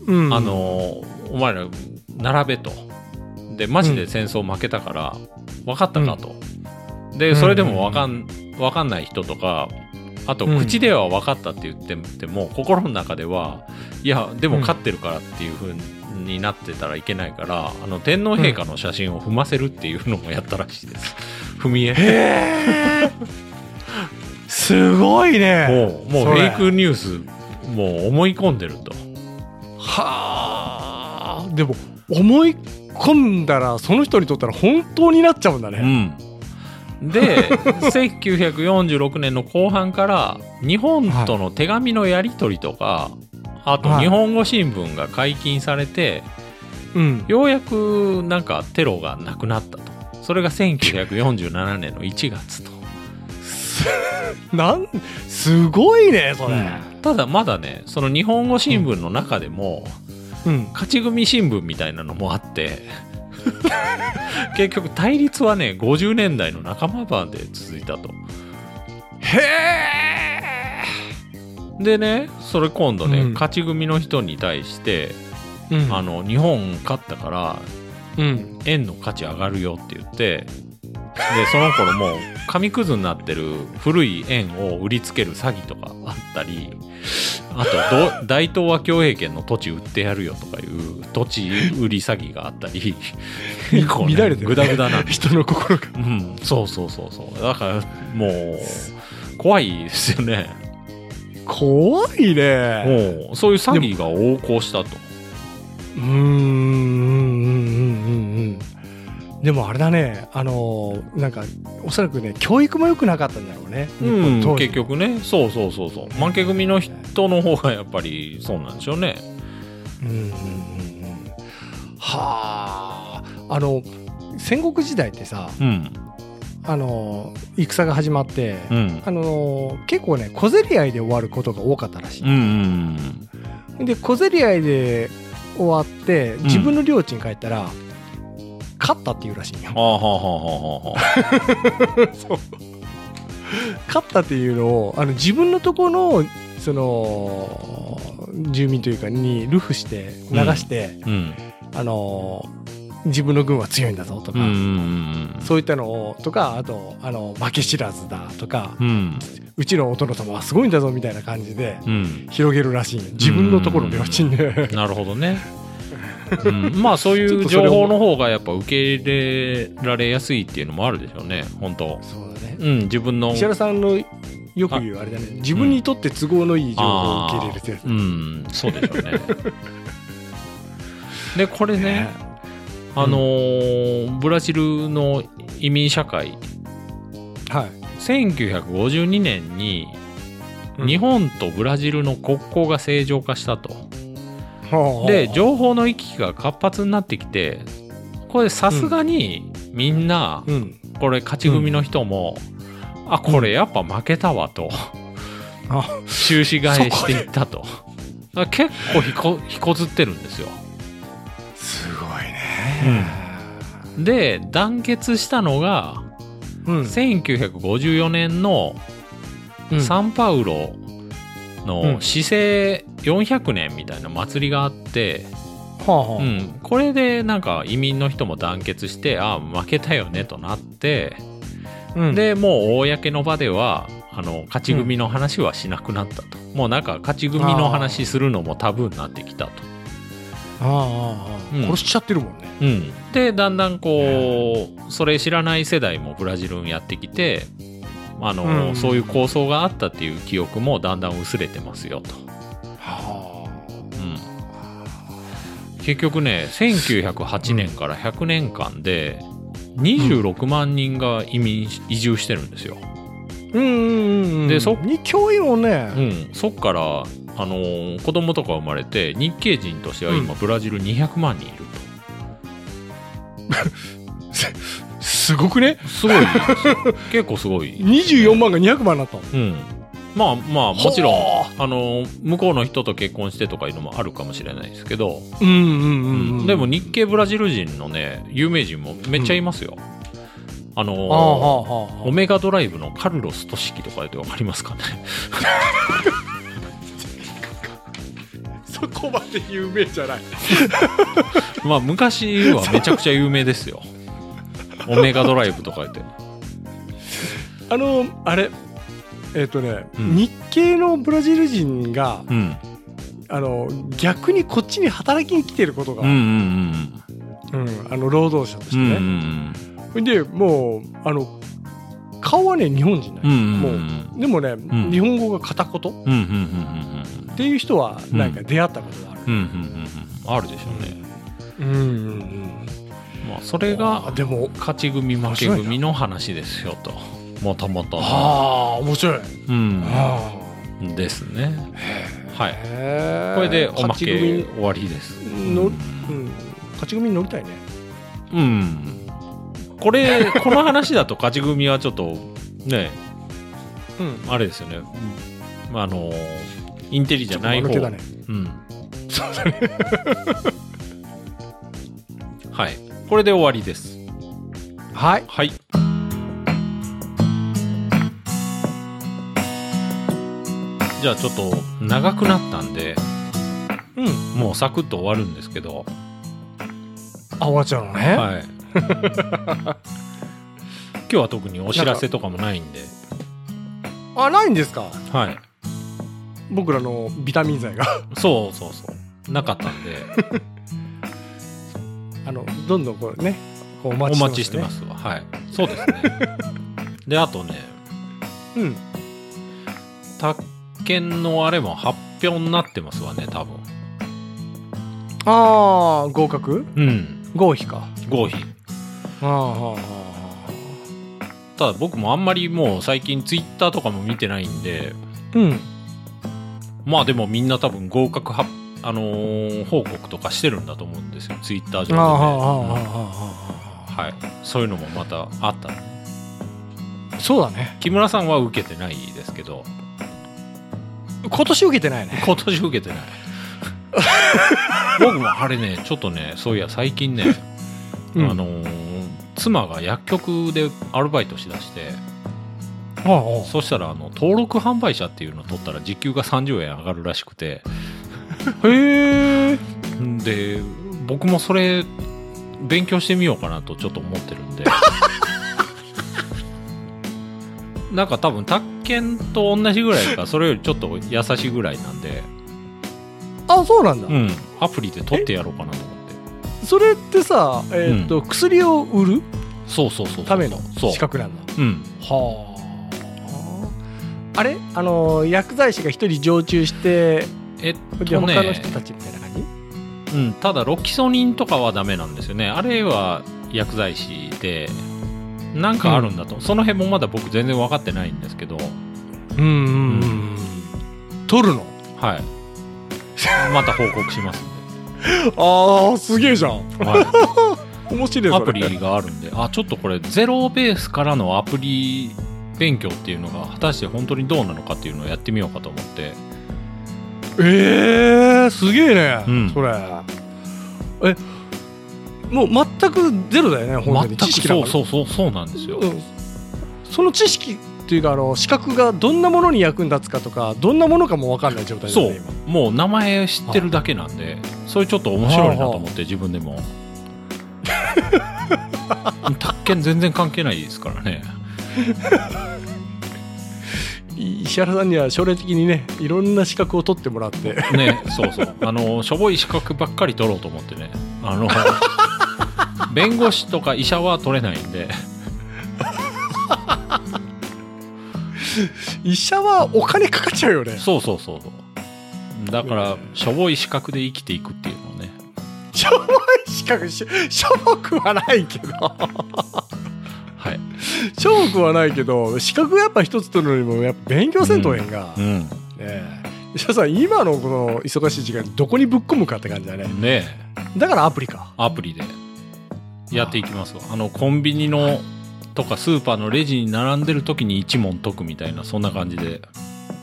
B: うん
C: あのお前ら並べとでマジで戦争負けたから分かったかと、でそれでも分かん分かんない人とかあと
B: うん
C: 口では分かったって言ってても、心の中ではいやでも勝ってるからっていう風になってたらいけないから、あの天皇陛下の写真を踏ませるっていうのもやったらしいです踏み絵
B: へえ すごいね
C: もうもう
B: そ
C: フ
B: れ
C: ェイクニュースもう思い込んでると
B: はあでも思い込んだらその人にとったら本当になっちゃうんだ
C: う
B: ね、
C: ん で、1946年の後半から、日本との手紙のやり取りとか、あと
B: はい
C: 日本語新聞が解禁されて、
B: うん。
C: ようやくなんかテロがなくなったと。それが1947年の1月 と。
B: なん、すごいね、それ。
C: ただまだね、その日本語新聞の中でも、
B: うん。
C: 勝ち組新聞みたいなのもあ って、結局対立はね、50年代の仲間まで続いたと。
B: へえ。
C: でね、それ今度ね、
B: うん
C: 勝ち組の人に対して、
B: うん
C: あの、日本勝ったから、
B: うん。
C: 円の価値上がるよって言って、で、その頃もう、紙くずになってる古い円を売りつける詐欺とかあったり、あとど、大東亜共栄圏の土地売ってやるよとかいう土地売り詐欺があったり、結構ね、
B: 乱れてるね
C: グダグダなんです
B: 人の心が。
C: うん、そうそうそうそう。だから、もう、怖いですよね。
B: 怖いね。
C: もう、そういう詐欺が横行したと。
B: うーん。うんうんうんうんでもあれだね、あのーなんか、おそらくね、教育も良くなかったんだろうね。
C: うん
B: 日本当時
C: 結。局ねそうそうそうそう負け組の人の方がやっぱりそうなんでしょうね
B: うんうんうんうんはあ。あの、戦国時代ってさ、
C: うん
B: あのー戦が始まって、
C: うん
B: あのー結構ね小競り合いで終わることが多かったらし
C: うんう
B: い、
C: ん
B: で小競り合いで終わって自分の領地に帰ったら、勝ったっていうらしいんよ
C: ああはあはあはあはあ
B: そう勝ったっていうのをあの自分のとこのその住民というかに流布して流して、
C: うん
B: あのー自分の軍は強いんだぞと
C: う
B: か、
C: んうん
B: そういったのをとかあとあの負け知らずだとか、
C: うんうん
B: うちのお殿様はすごいんだぞみたいな感じで
C: うん
B: 広げるらしいんよ自分のところの領地にね、
C: なるほどね、うん、まあそうい
B: ちょっ
C: う
B: とそ
C: 情
B: れを
C: 報の方がやっぱ受け入れられやすいっていうのもあるでしょうね本当
B: そうだね。
C: うん自分の
B: 石原さんのよく言うあれだね。自分にとって都合のいい情報を受け入れるってやつ。
C: うんそうでしょうねでこれね
B: ね
C: あのーブラジルの移民社会
B: はい。
C: 1952年に日本とブラジルの国交が正常化したと、
B: 本
C: で情報の行き来が活発になってきてこれさすがにみんな
B: うん。
C: これ勝ち組の人も、あこれやっぱ負けたわと
B: あ
C: 収支替えしていったとだから結構ひこひこずってるんですよ
B: すごいね。
C: で団結したのが
B: うん。
C: 1954年の
B: うん
C: サンパウロ
B: う
C: の
B: ん
C: 市政400年みたいな祭りがあって、
B: はあは
C: う
B: あ
C: ん、これでなんか移民の人も団結してああ負けたよねとなって、
B: うん
C: でもう公の場ではあの勝ち組の話はしなくなったと、もうなんか勝ち組の話するのもタブーになってきたと。
B: ああああ
C: うん
B: 殺しちゃってるもんね。
C: うん、でだんだんこうそれ知らない世代もブラジルにやってきてあの、
B: うん
C: そういう構想があったっていう記憶もだんだん薄れてますよと、
B: は
C: うん、結局ね1908年から100年間で26万人が移民し移住してるんですよ、
B: うんうんうん。
C: でそ
B: に脅威も
C: う
B: ね。
C: ん、そっからあの子供とか生まれて日系人としては今ブラジル200万人いる
B: す ごくね。
C: とすごいですよ 結構すごい
B: 二十四万が二百万になったの。
C: うん、まあまあもちろん
B: ほ
C: あの向こうの人と結婚してとかいうのもあるかもしれないですけど、
B: うんうんうんうん。
C: でも日系ブラジル人のね有名人もめっちゃいますよ、あ
B: ああは
C: の
B: あはあは
C: オメガドライブのカルロス・トシキとかでわかりますかね
B: あ。そこまで有名じゃない。
C: まあ昔はめちゃくちゃ有名ですよオメガドライブとか言って
B: あのあれえっ、とね、
C: うん
B: 日系のブラジル人が
C: うん
B: あの逆にこっちに働きに来てることが、
C: うんうんうん
B: うんあの労働者として
C: うん
B: ね、
C: うん
B: でもうあの顔はね日本人な
C: うんうんうんう
B: の、
C: ん
B: もうでもね、
C: ん
B: 日本語が片言っ
C: うんうんうんうん
B: ていう人はなんか出会ったことがある、
C: うんうんうんうんあるでしょうね
B: うんうんうん
C: まあ、それが
B: あでも
C: 勝ち組負け組の話ですよともともと
B: ああ面白い、
C: うん
B: あ
C: ですねはい
B: あ
C: これでおま
B: 勝ち組
C: け終わりです
B: の、うん、勝ち組に乗りたいね
C: うんこれこの話だと勝ち組はちょっとね
B: うん
C: あれですよね、まあ、あのインテリじゃない方
B: ちょっと間抜けだね
C: うん はいこれで終わりです
B: はい
C: はいじゃあちょっと長くなったんで
B: うん
C: もうサクッと終わるんですけど
B: あ終わっちゃうのね、
C: はい 今日は特にお知らせとかもないんで
B: あないんですか
C: はい
B: 僕らのビタミン剤が
C: そうそうそうなかったんで
B: あのどんどんこれねこうお
C: お待ち
B: 待ち
C: し
B: してて
C: ま
B: ます
C: わ、はいそうですねであとね
B: すね
C: 宅建のあれも発表になってますわね多分
B: うんああ合格
C: うん
B: 合否か
C: 合否
B: ああ
C: ただ僕もあんまりもう最近ツイッターとかも見てないんで
B: うん
C: まあでもみんな多分合格発あのー報告とかしてるんだと思うんですよツイッター上
B: ああああああ
C: で、ね、
B: あ
C: はいそういうのもまたあったのね
B: あそうだね
C: 木村さんは受けてないですけど
B: 今年受けてないね
C: 今年受けてない僕もあれねちょっとねそういや最近ね、
B: うん
C: あのー妻が薬局でアルバイトしだして
B: ああ
C: そしたらあの登録販売者っていうの取ったら時給が30円上がるらしくて
B: へえ
C: んで僕もそれ勉強してみようかなとちょっと思ってるんでなんか多分宅建と同じぐらいかそれよりちょっと優しいぐらいなんで、
B: あそうなんだ、
C: うん、アプリで取ってやろうかなと思って
B: それってさ、えーっと薬を売る
C: そうそうそうそう
B: ための
C: そう
B: 資格なんだ
C: うん
B: はああれあの薬剤師が一人常駐して
C: えっ
B: で
C: と
B: 他の
C: ね
B: 人たちみたいな感じ、
C: うん、ただロキソニンとかはダメなんですよねあれは薬剤師でなんかあるんだと、その辺もまだ僕全然分かってないんですけど
B: うんうんん取るの
C: はいまた報告しますん
B: ああすげえじゃん
C: で、は
B: 面白い
C: い、
B: そ
C: ア
B: れ
C: プリがあるんであちょっとこれゼロベースからのアプリ勉強っていうのが果たして本当にどうなのかっていうのをやってみようかと思って
B: ええすげえね、
C: うん
B: それえもう全くゼロだよね本当
C: 全
B: に
C: く
B: 知識だか
C: そ
B: ら
C: うそうそうそうなんですよ、
B: うんその知識っていうかあの資格がどんなものに役に立つかとかどんなものかも分かんない状態だ
C: そ
B: よ
C: う
B: ね
C: もう名前知ってるだけなんでそれちょっと面白いなと思って自分でも 宅建全然関係ないですからね
B: 今石原さんには将来的にねいろんな資格を取ってもらって
C: ねそうそうあのしょぼい資格ばっかり取ろうと思ってねあ の弁護士とか医者は取れないんで
B: 医者はお金かかっちゃうよね
C: そうそうそうそうだからしょぼい資格で生きていくっていうのをね
B: しょぼい資格ししょぼくはないけど
C: はい
B: しょぼくはないけど資格やっぱ一つ取るのにもやっぱ勉強せんとえんが、
C: うん
B: ええ石田さん今のこの忙しい時間にどこにぶっ込むかって感じだね
C: ね
B: だからアプリか
C: アプリでやっていきますわあのコンビニのとかスーパーのレジに並んでる時に一問解くみたいなそんな感じで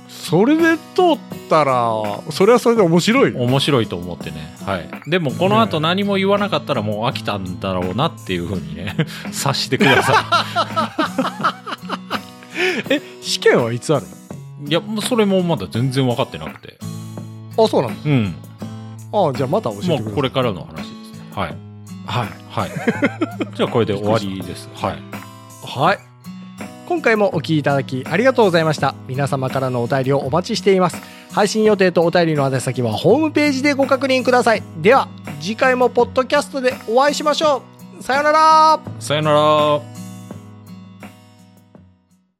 B: それで通ったらそれはそれで面白いよ
C: 面白いと思ってね、はい、でもこのあと何も言わなかったらもう飽きたんだろうなっていうふうにね 察してくださ
B: え試験はいつある
C: いいやもうそれもまだ全然分かってなくて
B: のあそうなの
C: うん
B: あじゃあまた教えてく
C: も
B: ださ
C: う
B: い
C: これからの話ですねはい
B: はい、
C: はいじゃあこれで終わりですはい
B: はい、今回もお聞きいただきありがとうございました皆様からのお便りをお待ちしています配信予定とお便りの宛先はホームページでご確認くださいでは次回もポッドキャストでお会いしましょうさようなら
C: さよなら